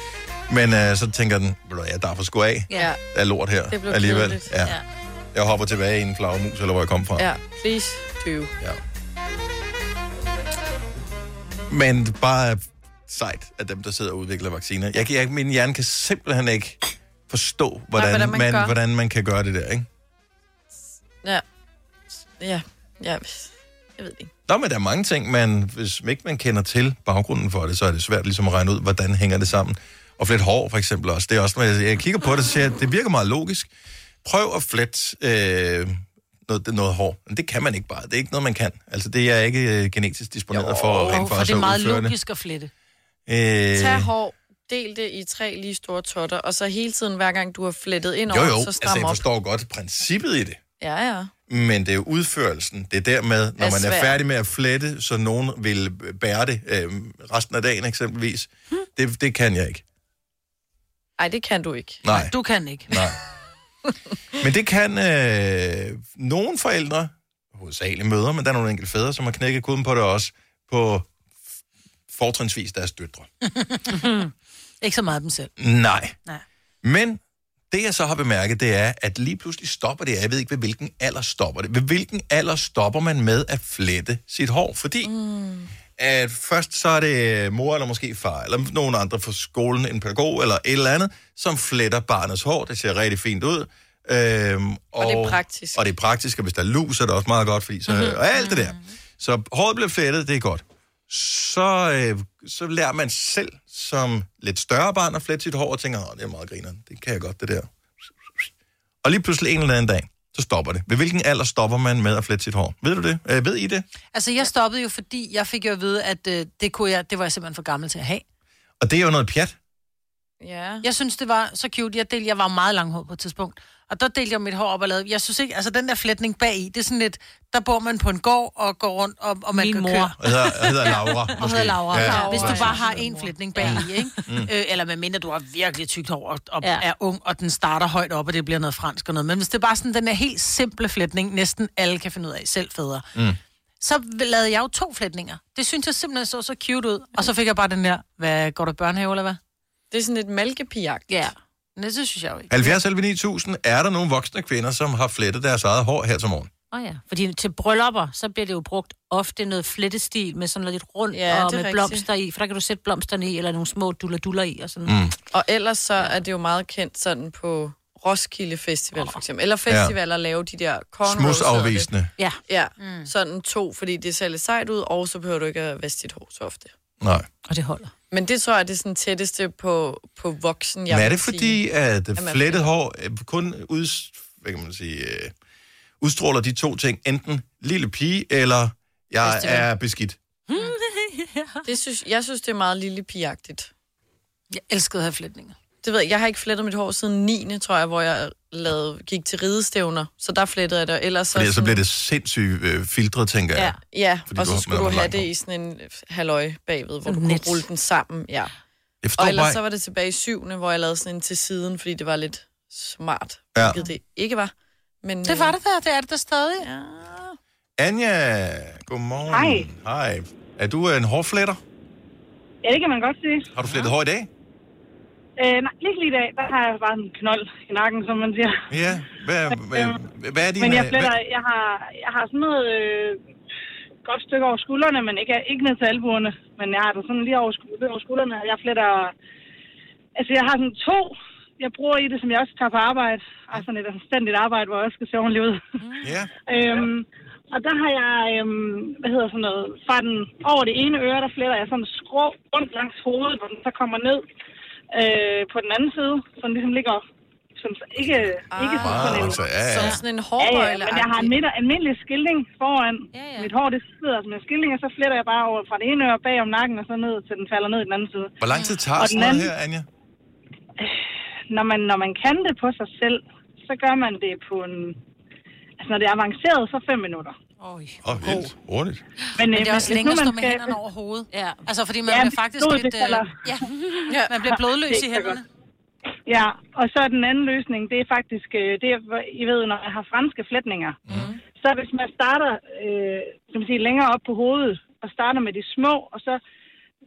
Speaker 1: Men øh, så tænker den, ved du hvad, jeg derfor sgu af.
Speaker 2: Ja.
Speaker 1: Der er lort her
Speaker 2: Det blev
Speaker 1: alligevel.
Speaker 2: kedeligt.
Speaker 1: Ja.
Speaker 2: Ja.
Speaker 1: Jeg hopper tilbage i en flagermus, eller hvor jeg kom fra.
Speaker 2: Ja, please, 20.
Speaker 1: Ja. Men det bare er sejt, at dem, der sidder og udvikler vacciner. Jeg, kan- jeg, min hjerne kan simpelthen ikke forstå, hvordan,
Speaker 2: hvordan
Speaker 1: hvordan,
Speaker 2: man
Speaker 1: man, man,
Speaker 2: gør.
Speaker 1: hvordan man kan gøre det der, ikke?
Speaker 2: Ja. Ja. Ja. Jeg ved det ikke.
Speaker 1: Nå, men der er mange ting, man, hvis ikke man kender til baggrunden for det, så er det svært ligesom at regne ud, hvordan hænger det sammen. Og flet hår for eksempel også. Det er også, når jeg, jeg kigger på det, så siger jeg, at det virker meget logisk. Prøv at flette øh, noget, noget hår. Men det kan man ikke bare. Det er ikke noget, man kan. Altså, det er ikke øh, genetisk disponeret jo, for rent
Speaker 4: for, for det
Speaker 1: faktisk
Speaker 4: er
Speaker 1: at
Speaker 4: meget
Speaker 1: udføre det.
Speaker 4: logisk at flette.
Speaker 1: Øh,
Speaker 2: Tag hår, del det i tre lige store totter, og så hele tiden, hver gang du har flettet ind
Speaker 1: Jo,
Speaker 2: over,
Speaker 1: jo.
Speaker 2: så
Speaker 1: Altså,
Speaker 2: stram
Speaker 1: jeg
Speaker 2: op.
Speaker 1: forstår godt princippet i det.
Speaker 2: Ja, ja.
Speaker 1: Men det er jo udførelsen. Det er dermed, når
Speaker 2: Er
Speaker 1: man er
Speaker 2: svært.
Speaker 1: færdig med at flette, så nogen vil bære det øh, resten af dagen eksempelvis.
Speaker 2: Hmm.
Speaker 1: Det, det kan jeg ikke.
Speaker 2: Ej, det kan du ikke.
Speaker 1: Nej.
Speaker 4: Du kan ikke.
Speaker 1: Nej. Men det kan øh, nogle forældre, hovedsageligt mødre, men der er nogle enkelte fædre, som har knækket koden på det også, på f- fortrinsvis deres døtre.
Speaker 4: ikke så meget dem selv.
Speaker 1: Nej.
Speaker 4: Nej.
Speaker 1: Men det, jeg så har bemærket, det er, at lige pludselig stopper det. Jeg ved ikke, ved hvilken alder stopper det. Ved hvilken alder stopper man med at flette sit hår? Fordi mm. at først så er det mor eller måske far, eller nogen andre fra skolen, en pædagog eller et eller andet, som fletter barnets hår. Det ser rigtig fint ud. Øhm, og, og
Speaker 2: det er praktisk.
Speaker 1: Og det er praktisk, og hvis der er lus, er det også meget godt, fordi så, mm-hmm. og alt det der. Så håret bliver flettet, det er godt så, øh, så lærer man selv som lidt større barn at flette sit hår og tænker, åh, det er meget grineren, det kan jeg godt, det der. Og lige pludselig en eller anden dag, så stopper det. Ved hvilken alder stopper man med at flette sit hår? Ved du det? Øh, ved I det?
Speaker 4: Altså, jeg stoppede jo, fordi jeg fik jo at vide, at øh, det, kunne jeg, det var jeg simpelthen for gammel til at have.
Speaker 1: Og det er jo noget pjat.
Speaker 2: Ja.
Speaker 4: Jeg synes, det var så cute. Jeg, delte, jeg var meget langhåret på et tidspunkt. Og der delte jeg mit hår op og lavede... Jeg synes ikke... Altså, den der flætning bag i, det er sådan lidt... Der bor man på en gård og går rundt, og, og man
Speaker 1: Min
Speaker 4: kan
Speaker 1: mor.
Speaker 4: køre.
Speaker 1: Og hedder- og hedder Laura,
Speaker 4: og
Speaker 1: måske.
Speaker 4: hedder Laura.
Speaker 1: Ja.
Speaker 4: Ja. Hvis
Speaker 1: Laura,
Speaker 4: du bare
Speaker 1: ja.
Speaker 4: har en flætning bag i, ikke?
Speaker 1: Mm.
Speaker 4: Mm. Øh, eller medmindre du har virkelig tykt hår og, og
Speaker 3: Ja.
Speaker 4: ja. er ung, og den starter højt op, og det bliver noget fransk og noget. Men hvis det er bare sådan den er helt simple flætning, næsten alle kan finde ud af, selv fædre.
Speaker 6: Mm.
Speaker 4: Så lavede jeg jo to flætninger. Det synes jeg simpelthen så så cute ud. Og så fik jeg bare den der, hvad går du i børnehave, eller hvad?
Speaker 2: Det er sådan lidt malkepijagt.
Speaker 4: Ja. Men Det synes jeg jo ikke.
Speaker 1: 70 11 9000, er der nogle voksne kvinder, som har flettet deres eget hår her til morgen?
Speaker 4: Åh oh, ja, fordi til bryllupper, så bliver det jo brugt ofte noget flettestil med sådan noget lidt rundt
Speaker 2: Ja, det
Speaker 4: ja,
Speaker 2: er
Speaker 4: og med
Speaker 2: rigtigt.
Speaker 4: rigtigt. blomster i, for der kan du sætte blomsterne i, eller nogle små duller i og sådan
Speaker 1: Mm.
Speaker 2: Og ellers så er det jo meget kendt sådan på Roskilde Festival for eksempel. Eller festivaler ja. lave de der cornrows.
Speaker 1: Smudsafvisende.
Speaker 2: hedder det.
Speaker 4: Ja.
Speaker 2: ja. Mm. Sådan to, fordi det ser lidt sejt ud, og så behøver du ikke at vaske dit hår så ofte.
Speaker 1: Nej.
Speaker 4: Og det holder.
Speaker 2: Men det tror jeg, det er sådan tætteste på, på voksen, jeg
Speaker 1: Men er
Speaker 2: vil
Speaker 1: det fordi,
Speaker 2: sige,
Speaker 1: at
Speaker 2: man
Speaker 1: flettet hår øh, kun ud, hvad kan man sige, øh, udstråler de to ting, enten lille pige, eller jeg
Speaker 2: Festival.
Speaker 1: er beskidt?
Speaker 2: Det synes, jeg synes, det er meget lille pigagtigt.
Speaker 4: Jeg elskede at have flætninger.
Speaker 2: Det ved jeg, jeg har ikke flettet mit hår siden 9. tror jeg, hvor jeg lavede, gik til ridestævner. Så der flettede jeg det, og ellers så...
Speaker 1: Fordi så
Speaker 2: sådan-
Speaker 1: bliver det sindssygt øh, filtret, tænker jeg.
Speaker 2: Ja, ja.
Speaker 1: Fordi
Speaker 2: og
Speaker 1: du
Speaker 2: så
Speaker 1: har-
Speaker 2: skulle
Speaker 1: man
Speaker 2: du
Speaker 1: har
Speaker 2: have
Speaker 1: langt
Speaker 2: det i sådan en halvøj bagved, hvor
Speaker 1: Sådan
Speaker 2: du kunne
Speaker 1: net.
Speaker 2: rulle den sammen. Ja.
Speaker 1: Jeg forstår
Speaker 2: Og ellers
Speaker 1: bare-
Speaker 2: så var det tilbage i syvende, hvor jeg lavede sådan en til siden, fordi det var lidt smart,
Speaker 1: Ja.
Speaker 2: hvilket det ikke var. Men, øh,
Speaker 4: Det var det der, det er det der stadig.
Speaker 2: Ja.
Speaker 1: Anja, godmorgen.
Speaker 15: Hej.
Speaker 1: Hej. Er du en hårfletter?
Speaker 15: Ja, det kan man godt sige.
Speaker 1: Har du flettet hår i dag?
Speaker 15: Øh, nej, ikke lige i dag, der har jeg bare en knold i nakken, som man siger.
Speaker 1: Ja. Hvad, hvad, hvad er din...
Speaker 15: men jeg
Speaker 1: øh,
Speaker 15: fletter,
Speaker 1: hvad-
Speaker 15: jeg har, jeg har sådan noget øh, godt stykke over skuldrene, men ikke, ikke ned til albuerne. Men jeg har det sådan lige over, sku- over skuldrene, og jeg fletter... Altså, jeg har sådan to, jeg bruger i det, som jeg også tager på arbejde. Altså sådan et anstændigt arbejde, hvor jeg også skal se ordentligt ud.
Speaker 1: Ja.
Speaker 15: øhm, og der har jeg, øhm, hvad hedder sådan noget, fra den over det ene øre, der fletter jeg sådan en skrå rundt langs hovedet, hvor den så kommer ned øh, på den anden side, så den ligesom ligger som så ikke, ikke
Speaker 1: Ah,
Speaker 15: som sådan en,
Speaker 1: altså, ja, ja. Som
Speaker 2: sådan en
Speaker 15: Ja, ja, men jeg har en midt, almindelig skilding foran. Ja, ja. Mit hår, det sidder som en skilding, og så fletter jeg bare over fra det ene øre bag om nakken, og så ned, til den falder ned i den anden side.
Speaker 1: Hvor lang tid tager
Speaker 15: Og
Speaker 1: sådan
Speaker 15: den
Speaker 1: noget
Speaker 15: anden-
Speaker 1: her, Anja?
Speaker 15: Når man, når man kan det på sig selv, så gør man det på en... Altså, når det er avanceret, så fem minutter.
Speaker 1: Åh, oh, vildt. Hurtigt.
Speaker 15: Men,
Speaker 4: Men
Speaker 15: øh,
Speaker 4: det er også
Speaker 15: hvis
Speaker 4: længere
Speaker 15: nu
Speaker 4: at stå
Speaker 15: man
Speaker 4: med
Speaker 15: skal-
Speaker 4: hænderne over hovedet. Ja. Altså, fordi man
Speaker 15: Ja,
Speaker 4: ja, bliver
Speaker 15: det
Speaker 4: faktisk
Speaker 15: stod,
Speaker 4: lidt...
Speaker 15: det
Speaker 4: Øh,
Speaker 15: falder.
Speaker 4: ja. man bliver blodløs i hænderne.
Speaker 15: Ja, og så den anden løsning, det er faktisk, øh, det er, hvor- I ved, når jeg har franske flætninger, mm. så hvis man starter øh, som man siger, længere op på hovedet, og starter med de små, og så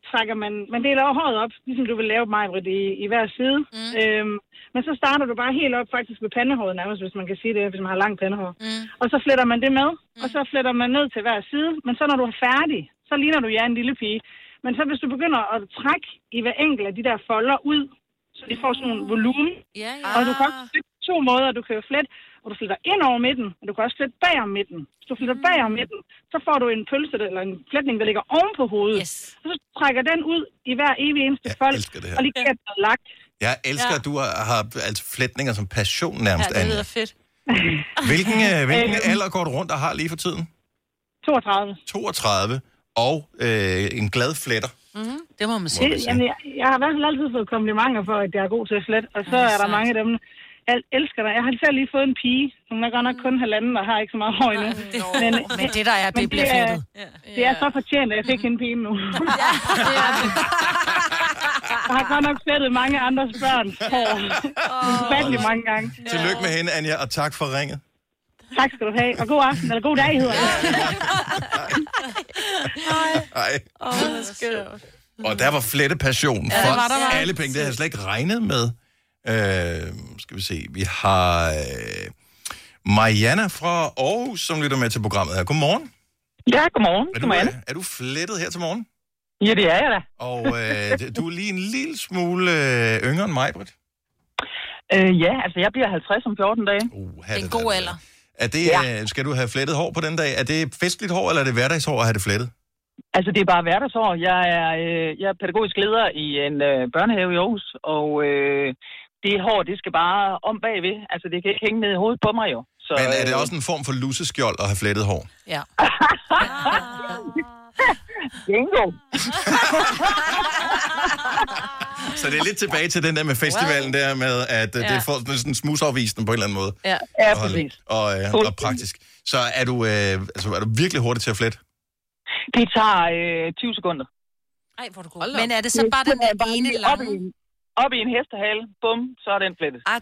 Speaker 15: trækker man, man deler håret op, ligesom du vil lave mig i, i hver side. Mm. Øhm, men så starter du bare helt op faktisk ved pandehåret nærmest, hvis man kan sige det, hvis man har langt pandehår. Mm. Og så fletter man det med, og så fletter man ned til hver side. Men så når du er færdig, så ligner du ja en lille pige. Men så hvis du begynder at trække i hver enkelt af de der folder ud, så de får sådan en volumen.
Speaker 4: Ja,
Speaker 15: ja. Og du kan også flette på to måder. Du kan jo flette, og du fletter ind over midten, og du kan også flette bag om midten. Hvis du
Speaker 16: Mm.
Speaker 15: fletter bag om midten, så får du en pølse eller en fletning, der ligger oven på hovedet. Yes. Og så trækker den ud i hver evig eneste jeg fold,
Speaker 1: det her.
Speaker 15: og lige kan den lagt.
Speaker 1: Jeg elsker, ja.
Speaker 15: Ja.
Speaker 1: at du har, har altså flætninger som passion nærmest, ja, Anja.
Speaker 15: fedt.
Speaker 1: Hvilken, øh, hvilken
Speaker 15: Øhm.
Speaker 1: alder går du rundt og har lige for tiden?
Speaker 15: 32.
Speaker 1: 32 og øh, en glad fletter.
Speaker 4: Mhm.
Speaker 15: Mm-hmm.
Speaker 3: Det må man
Speaker 1: sige.
Speaker 15: Det, jamen, jeg, jeg har i hvert fald altid fået komplimenter for, at jeg er god til at flette, og så er der mange af dem, jeg elsker dig. Jeg har selv lige fået en pige. Hun er godt nok kun halvanden og har ikke så meget hår endnu. Men,
Speaker 3: Men det, der er, det
Speaker 15: men
Speaker 3: bliver
Speaker 15: er-
Speaker 3: flettet.
Speaker 15: Det er så fortjent, at jeg fik hende pigen nu. jeg har godt nok flettet mange andres børn. Ufattelig mange gange.
Speaker 1: Tillykke
Speaker 2: øh.
Speaker 1: med hende, Anja, og tak for ringet.
Speaker 15: Tak skal du have, og god aften, eller god dag hedder det.
Speaker 1: Ej.
Speaker 2: Åh, det er skørt.
Speaker 1: Og der var flette passion
Speaker 2: Ja, det
Speaker 1: for
Speaker 2: var der, var.
Speaker 1: alle penge. Det havde jeg slet ikke regnet med. Øh, skal vi se. Vi har øh, Mariana fra Aarhus, som lytter med til programmet her. Godmorgen.
Speaker 16: Ja, godmorgen.
Speaker 1: Er du,
Speaker 16: Godmorgen.
Speaker 1: øh, er du flettet her til morgen?
Speaker 16: Ja, det er jeg da.
Speaker 1: Og øh, du er lige en lille smule øh, yngre end mig, Britt.
Speaker 16: Øh, ja, altså jeg bliver 50 om 14 dage.
Speaker 1: Uh, det er en
Speaker 16: god alder.
Speaker 1: Er det, ja. øh, skal du have flettet hår på den dag? Er det festligt hår, eller er det hverdagshår at have det flettet?
Speaker 16: Altså det er bare hverdagsår. Jeg er, øh, jeg er pædagogisk leder i en øh, børnehave i Aarhus, og øh, det hår, det skal bare om bagved. Altså det kan ikke hænge ned i hovedet på mig jo. Så,
Speaker 1: Men er det
Speaker 16: øh,
Speaker 1: også en form for lusseskjold at have flettet hår?
Speaker 16: Ja. Bingo.
Speaker 1: Så det er lidt tilbage til den der med festivalen der med, at ja. det
Speaker 16: Ja.
Speaker 1: er folk med sådan smusafvisen på en eller anden måde.
Speaker 16: Ja, ja
Speaker 1: Og-
Speaker 16: præcis.
Speaker 1: Og, øh, og praktisk. Så er du, øh, altså, er du virkelig hurtig til at flette?
Speaker 16: Det tager øh, 20 sekunder.
Speaker 4: Ej, hvor er du god.
Speaker 3: Men er det så bare den der ene
Speaker 16: Op i,
Speaker 3: lange?
Speaker 16: en, op i en hestehale, bum, så er den flettet.
Speaker 2: Ah,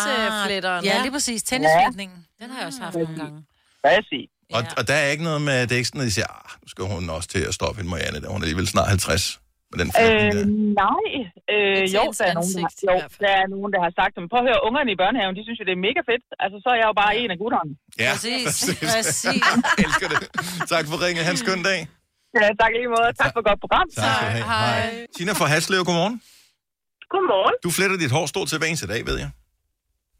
Speaker 2: tennisfletteren.
Speaker 3: Ja, lige præcis. Tennisfletningen.
Speaker 4: Den har jeg også haft nogle gange.
Speaker 16: Præcis.
Speaker 1: Og, og der er ikke noget med, det er ikke sådan, at de siger, ah, nu skal hun også til at stoppe hende, Marianne, der. hun er alligevel snart 50. Med den
Speaker 16: Øh,
Speaker 1: fletning der.
Speaker 16: nej. Øh,
Speaker 1: Ikke
Speaker 16: jo,
Speaker 1: til
Speaker 16: der er, nogen, der, har-
Speaker 1: ansigt,
Speaker 16: jo, der er nogen, der har sagt, men prøv at høre, ungerne i børnehaven, de synes jo, det er mega fedt. Altså, så er jeg jo bare en af gutterne.
Speaker 1: Ja,
Speaker 16: præcis.
Speaker 1: præcis.
Speaker 16: Præcis.
Speaker 1: Elsker det. Tak for ringen. Han skøn dag.
Speaker 16: Ja, tak i lige måde. Tak for et godt program.
Speaker 1: Tak skal du have. Hej. Tina fra Haslev, godmorgen.
Speaker 16: Godmorgen.
Speaker 1: Du fletter dit hår stort til hver eneste dag, ved jeg.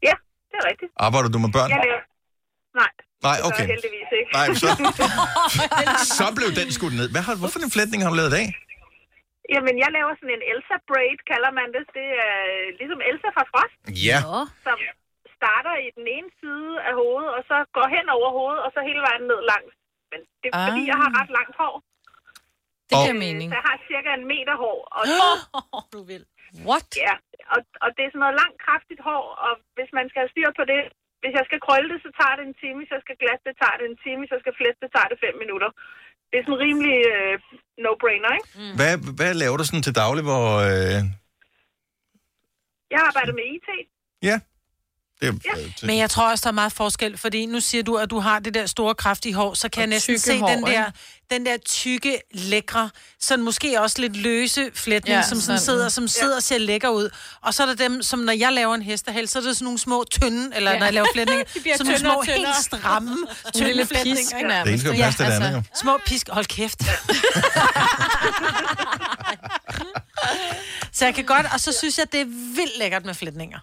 Speaker 17: Ja, det er rigtigt.
Speaker 1: Arbejder du med børn?
Speaker 17: Jeg laver... Nej.
Speaker 1: Nej,
Speaker 17: det gør
Speaker 1: okay.
Speaker 17: jeg heldigvis ikke.
Speaker 1: Nej, men så- Så blev den skudt ned. Hvad har, hvorfor en flætning har du lavet i dag?
Speaker 17: Jamen, jeg laver sådan en Elsa braid, kalder man det. Det er øh, ligesom Elsa fra Frost,
Speaker 1: Ja.
Speaker 17: som starter i den ene side af hovedet, og så går hen over hovedet, og så hele vejen ned langs. Men det er fordi,
Speaker 2: Ah.
Speaker 17: jeg har ret langt hår.
Speaker 2: Det
Speaker 1: Og-
Speaker 2: giver mening.
Speaker 17: Så jeg har cirka en meter hår. Og,
Speaker 2: du vil. What?
Speaker 17: Ja, og, og det er sådan noget langt, kraftigt hår, og hvis man skal have styr på det, hvis jeg skal krølle det, så tager det en time, hvis jeg skal glatte det, tager det en time, hvis jeg skal flette det, tager det fem minutter. Det er sådan rimelig øh, no-brainer, ikke? Mm.
Speaker 1: Hvad, hvad laver du sådan til daglig, hvor... Øh,
Speaker 17: Jeg arbejder med IT.
Speaker 1: ja, det er øh, til-
Speaker 3: Men jeg tror også, der er meget forskel, fordi nu siger du, at du har det der store, kraftige hår, så kan jeg næsten
Speaker 2: tykke
Speaker 3: se
Speaker 2: hår,
Speaker 3: den, der,
Speaker 2: ikke?
Speaker 3: den der tykke, lækre, sådan måske også lidt løse flætning,
Speaker 2: Ja,
Speaker 3: ja, som, sådan
Speaker 2: sådan.
Speaker 3: sidder, som sidder og ser lækker ud. Og så er der dem, som når jeg laver en hestehal, så er det sådan nogle små tynde, eller
Speaker 2: Ja.
Speaker 3: ja. når jeg laver flætninger,
Speaker 2: De bliver
Speaker 3: sådan nogle
Speaker 2: tyndere og
Speaker 3: små,
Speaker 2: tyndere.
Speaker 3: helt stramme,
Speaker 2: Sådan en lille
Speaker 3: tynde
Speaker 2: pisk
Speaker 3: flætninger. ikke?
Speaker 2: nærmest,
Speaker 1: Det ene skal jo ikke? passe til det andet,
Speaker 3: Små pisk, hold kæft. så jeg kan godt, og så synes jeg, det er vildt lækkert med flætninger.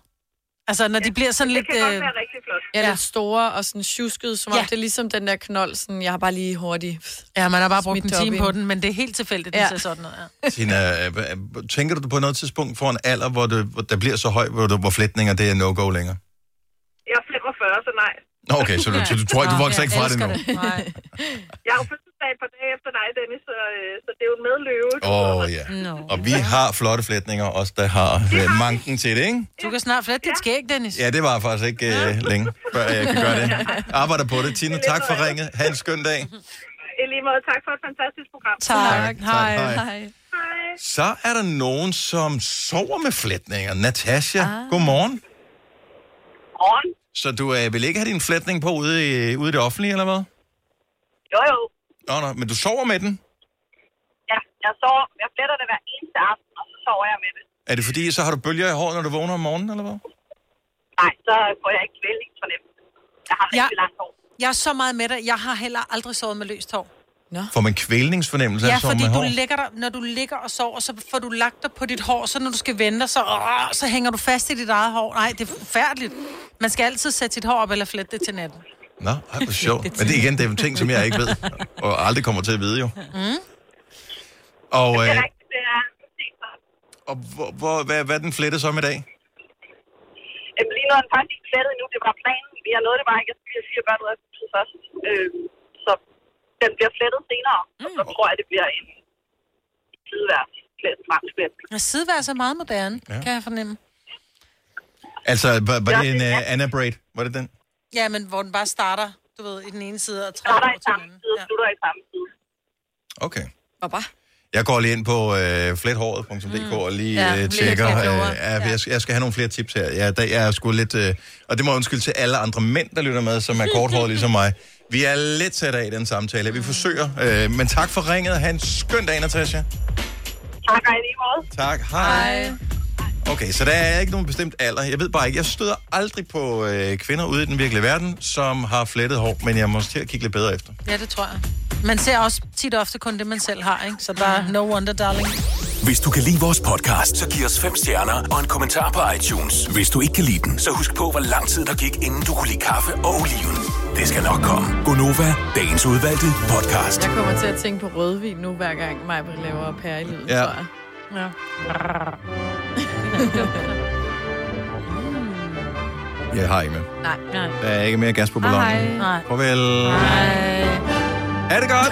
Speaker 3: Altså, når de bliver sådan lidt... øh,
Speaker 17: rigtig flot.
Speaker 2: Ja, lidt store og sådan tjusket, som om
Speaker 3: Ja.
Speaker 2: det er ligesom den der knold, sådan, jeg har bare lige hurtigt
Speaker 3: Ja, man har bare brugt
Speaker 2: smidt
Speaker 3: en
Speaker 2: det op
Speaker 3: time
Speaker 2: i
Speaker 3: på den, men det er helt tilfældigt, det
Speaker 2: Ja.
Speaker 3: ja. ser sådan ud. Ja.
Speaker 1: Tina, øh, hva- tænker du på noget tidspunkt for en alder, hvor, det, hvor der bliver så høj, hvor, du, hvor flætninger det er no-go længere?
Speaker 17: Jeg er 45, så nej.
Speaker 1: Nå, okay, så du, så du tror ikke, du vokser ikke fra det nu.
Speaker 17: Jeg har jo fødselsdag et par dage efter dig, Dennis, så, øh, så det er jo en medløve.
Speaker 1: Åh, oh, ja. Og vi har flotte flætninger, os der har øh, manken til det, ikke?
Speaker 3: Du kan snart flette dit skæg, Dennis.
Speaker 1: Ja, det var faktisk ikke øh, længe, før jeg kan gøre det. Arbejder på det. Tina, tak for ringet. Ha' en skøn dag.
Speaker 17: I lige måde, tak for et fantastisk program.
Speaker 1: Tak. Hej. Hej.
Speaker 17: Hej.
Speaker 1: Så er der nogen, som sover med flætninger. Natasha, ah. godmorgen.
Speaker 17: Godmorgen.
Speaker 1: Så du øh, vil ikke have din flætning på ude i, ude i det offentlige, eller hvad?
Speaker 17: Jo, jo.
Speaker 1: Nå, nå, men du sover med den?
Speaker 17: Ja. Jeg, sover, jeg fletter det hver eneste aften, og så sover jeg med det.
Speaker 1: Er det fordi, så har du bølger i håret, når du vågner om morgenen, eller hvad?
Speaker 17: Nej, så får jeg ikke kvælningsfornemmelse. Jeg har rigtig langt hår.
Speaker 3: Jeg er så meget med dig. Jeg har heller aldrig sovet med løst hår.
Speaker 1: Får man kvælningsfornemmelse
Speaker 3: Ja,
Speaker 1: af sådan
Speaker 3: fordi
Speaker 1: med
Speaker 3: du
Speaker 1: hår?
Speaker 3: ligger der, når du ligger og sover, så får du lagt dig på dit hår, så når du skal vende dig, så, åh, så hænger du fast i dit eget hår. Nej, det er forfærdeligt. Man skal altid sætte sit hår op eller flette det til natten.
Speaker 1: Nå, ej, hvor sjovt. Men det er igen, det er ting, som jeg ikke ved, og aldrig kommer til at vide jo.
Speaker 3: Mm.
Speaker 1: Og,
Speaker 17: Det
Speaker 1: øh,
Speaker 17: er rigtigt, det er
Speaker 1: og hvor, hvor, hvad, hvad er den flette som i dag?
Speaker 17: Jamen, lige nu er den faktisk ikke flettet endnu. Det var planen. Vi har nået det bare ikke. Jeg skal lige sige, at børn ud af huset først. Øh, så den bliver flettet senere. Mm. Og så tror jeg, det bliver en tidværds flet, flet.
Speaker 3: Og sidevær er meget moderne,
Speaker 1: Ja.
Speaker 3: ja. kan jeg fornemme.
Speaker 1: Altså, var, var
Speaker 3: Ja,
Speaker 1: det en
Speaker 3: det er-
Speaker 1: uh, Anna Braid? Var det den?
Speaker 3: Ja, men hvor den bare starter, du ved, i den ene side og træder over til den anden. Ja.
Speaker 17: Slutter i samme side.
Speaker 1: Okay.
Speaker 2: Og bare.
Speaker 1: Jeg går lige ind på øh, flethåret.dk og lige
Speaker 2: Ja, lige
Speaker 1: ja, øh,
Speaker 2: lidt
Speaker 1: tjekker. Øh,
Speaker 2: mere klogere.
Speaker 1: ja. jeg, jeg skal have nogle flere tips her. Jeg, der, jeg er sgu lidt, øh, og det må jeg undskylde til alle andre mænd, der lytter med, som er korthåret ligesom mig. Vi er lidt sat af i den samtale. Vi forsøger. Øh, men tak for ringet. Ha' en skøn dag, Natasha.
Speaker 17: Tak, og i lige måde.
Speaker 1: Tak. Hej. Okay, så der er ikke nogen bestemt alder. Jeg ved bare ikke, jeg støder aldrig på øh, kvinder ude i den virkelige verden, som har flettet hår, men jeg må til at kigge lidt bedre efter.
Speaker 3: Ja, det tror jeg. Man ser også tit og ofte kun det, man selv har, ikke? Så der er no wonder, darling.
Speaker 18: Hvis du kan lide vores podcast, så giv os fem stjerner og en kommentar på iTunes. Hvis du ikke kan lide den, så husk på, hvor lang tid der gik, inden du kunne lide kaffe og oliven. Det skal nok komme. Gonova, dagens udvalgte podcast.
Speaker 2: Jeg kommer til at tænke på rødvin nu, hver gang mig laver au pair i livet,
Speaker 18: Ja.
Speaker 2: ja. tror jeg. Ja.
Speaker 1: Jeg har ikke med.
Speaker 4: Nej, nej.
Speaker 1: Der er ikke mere gas på ballonen.
Speaker 4: Ah, Hej. Nej.
Speaker 1: Farvel. Hej. Er det godt?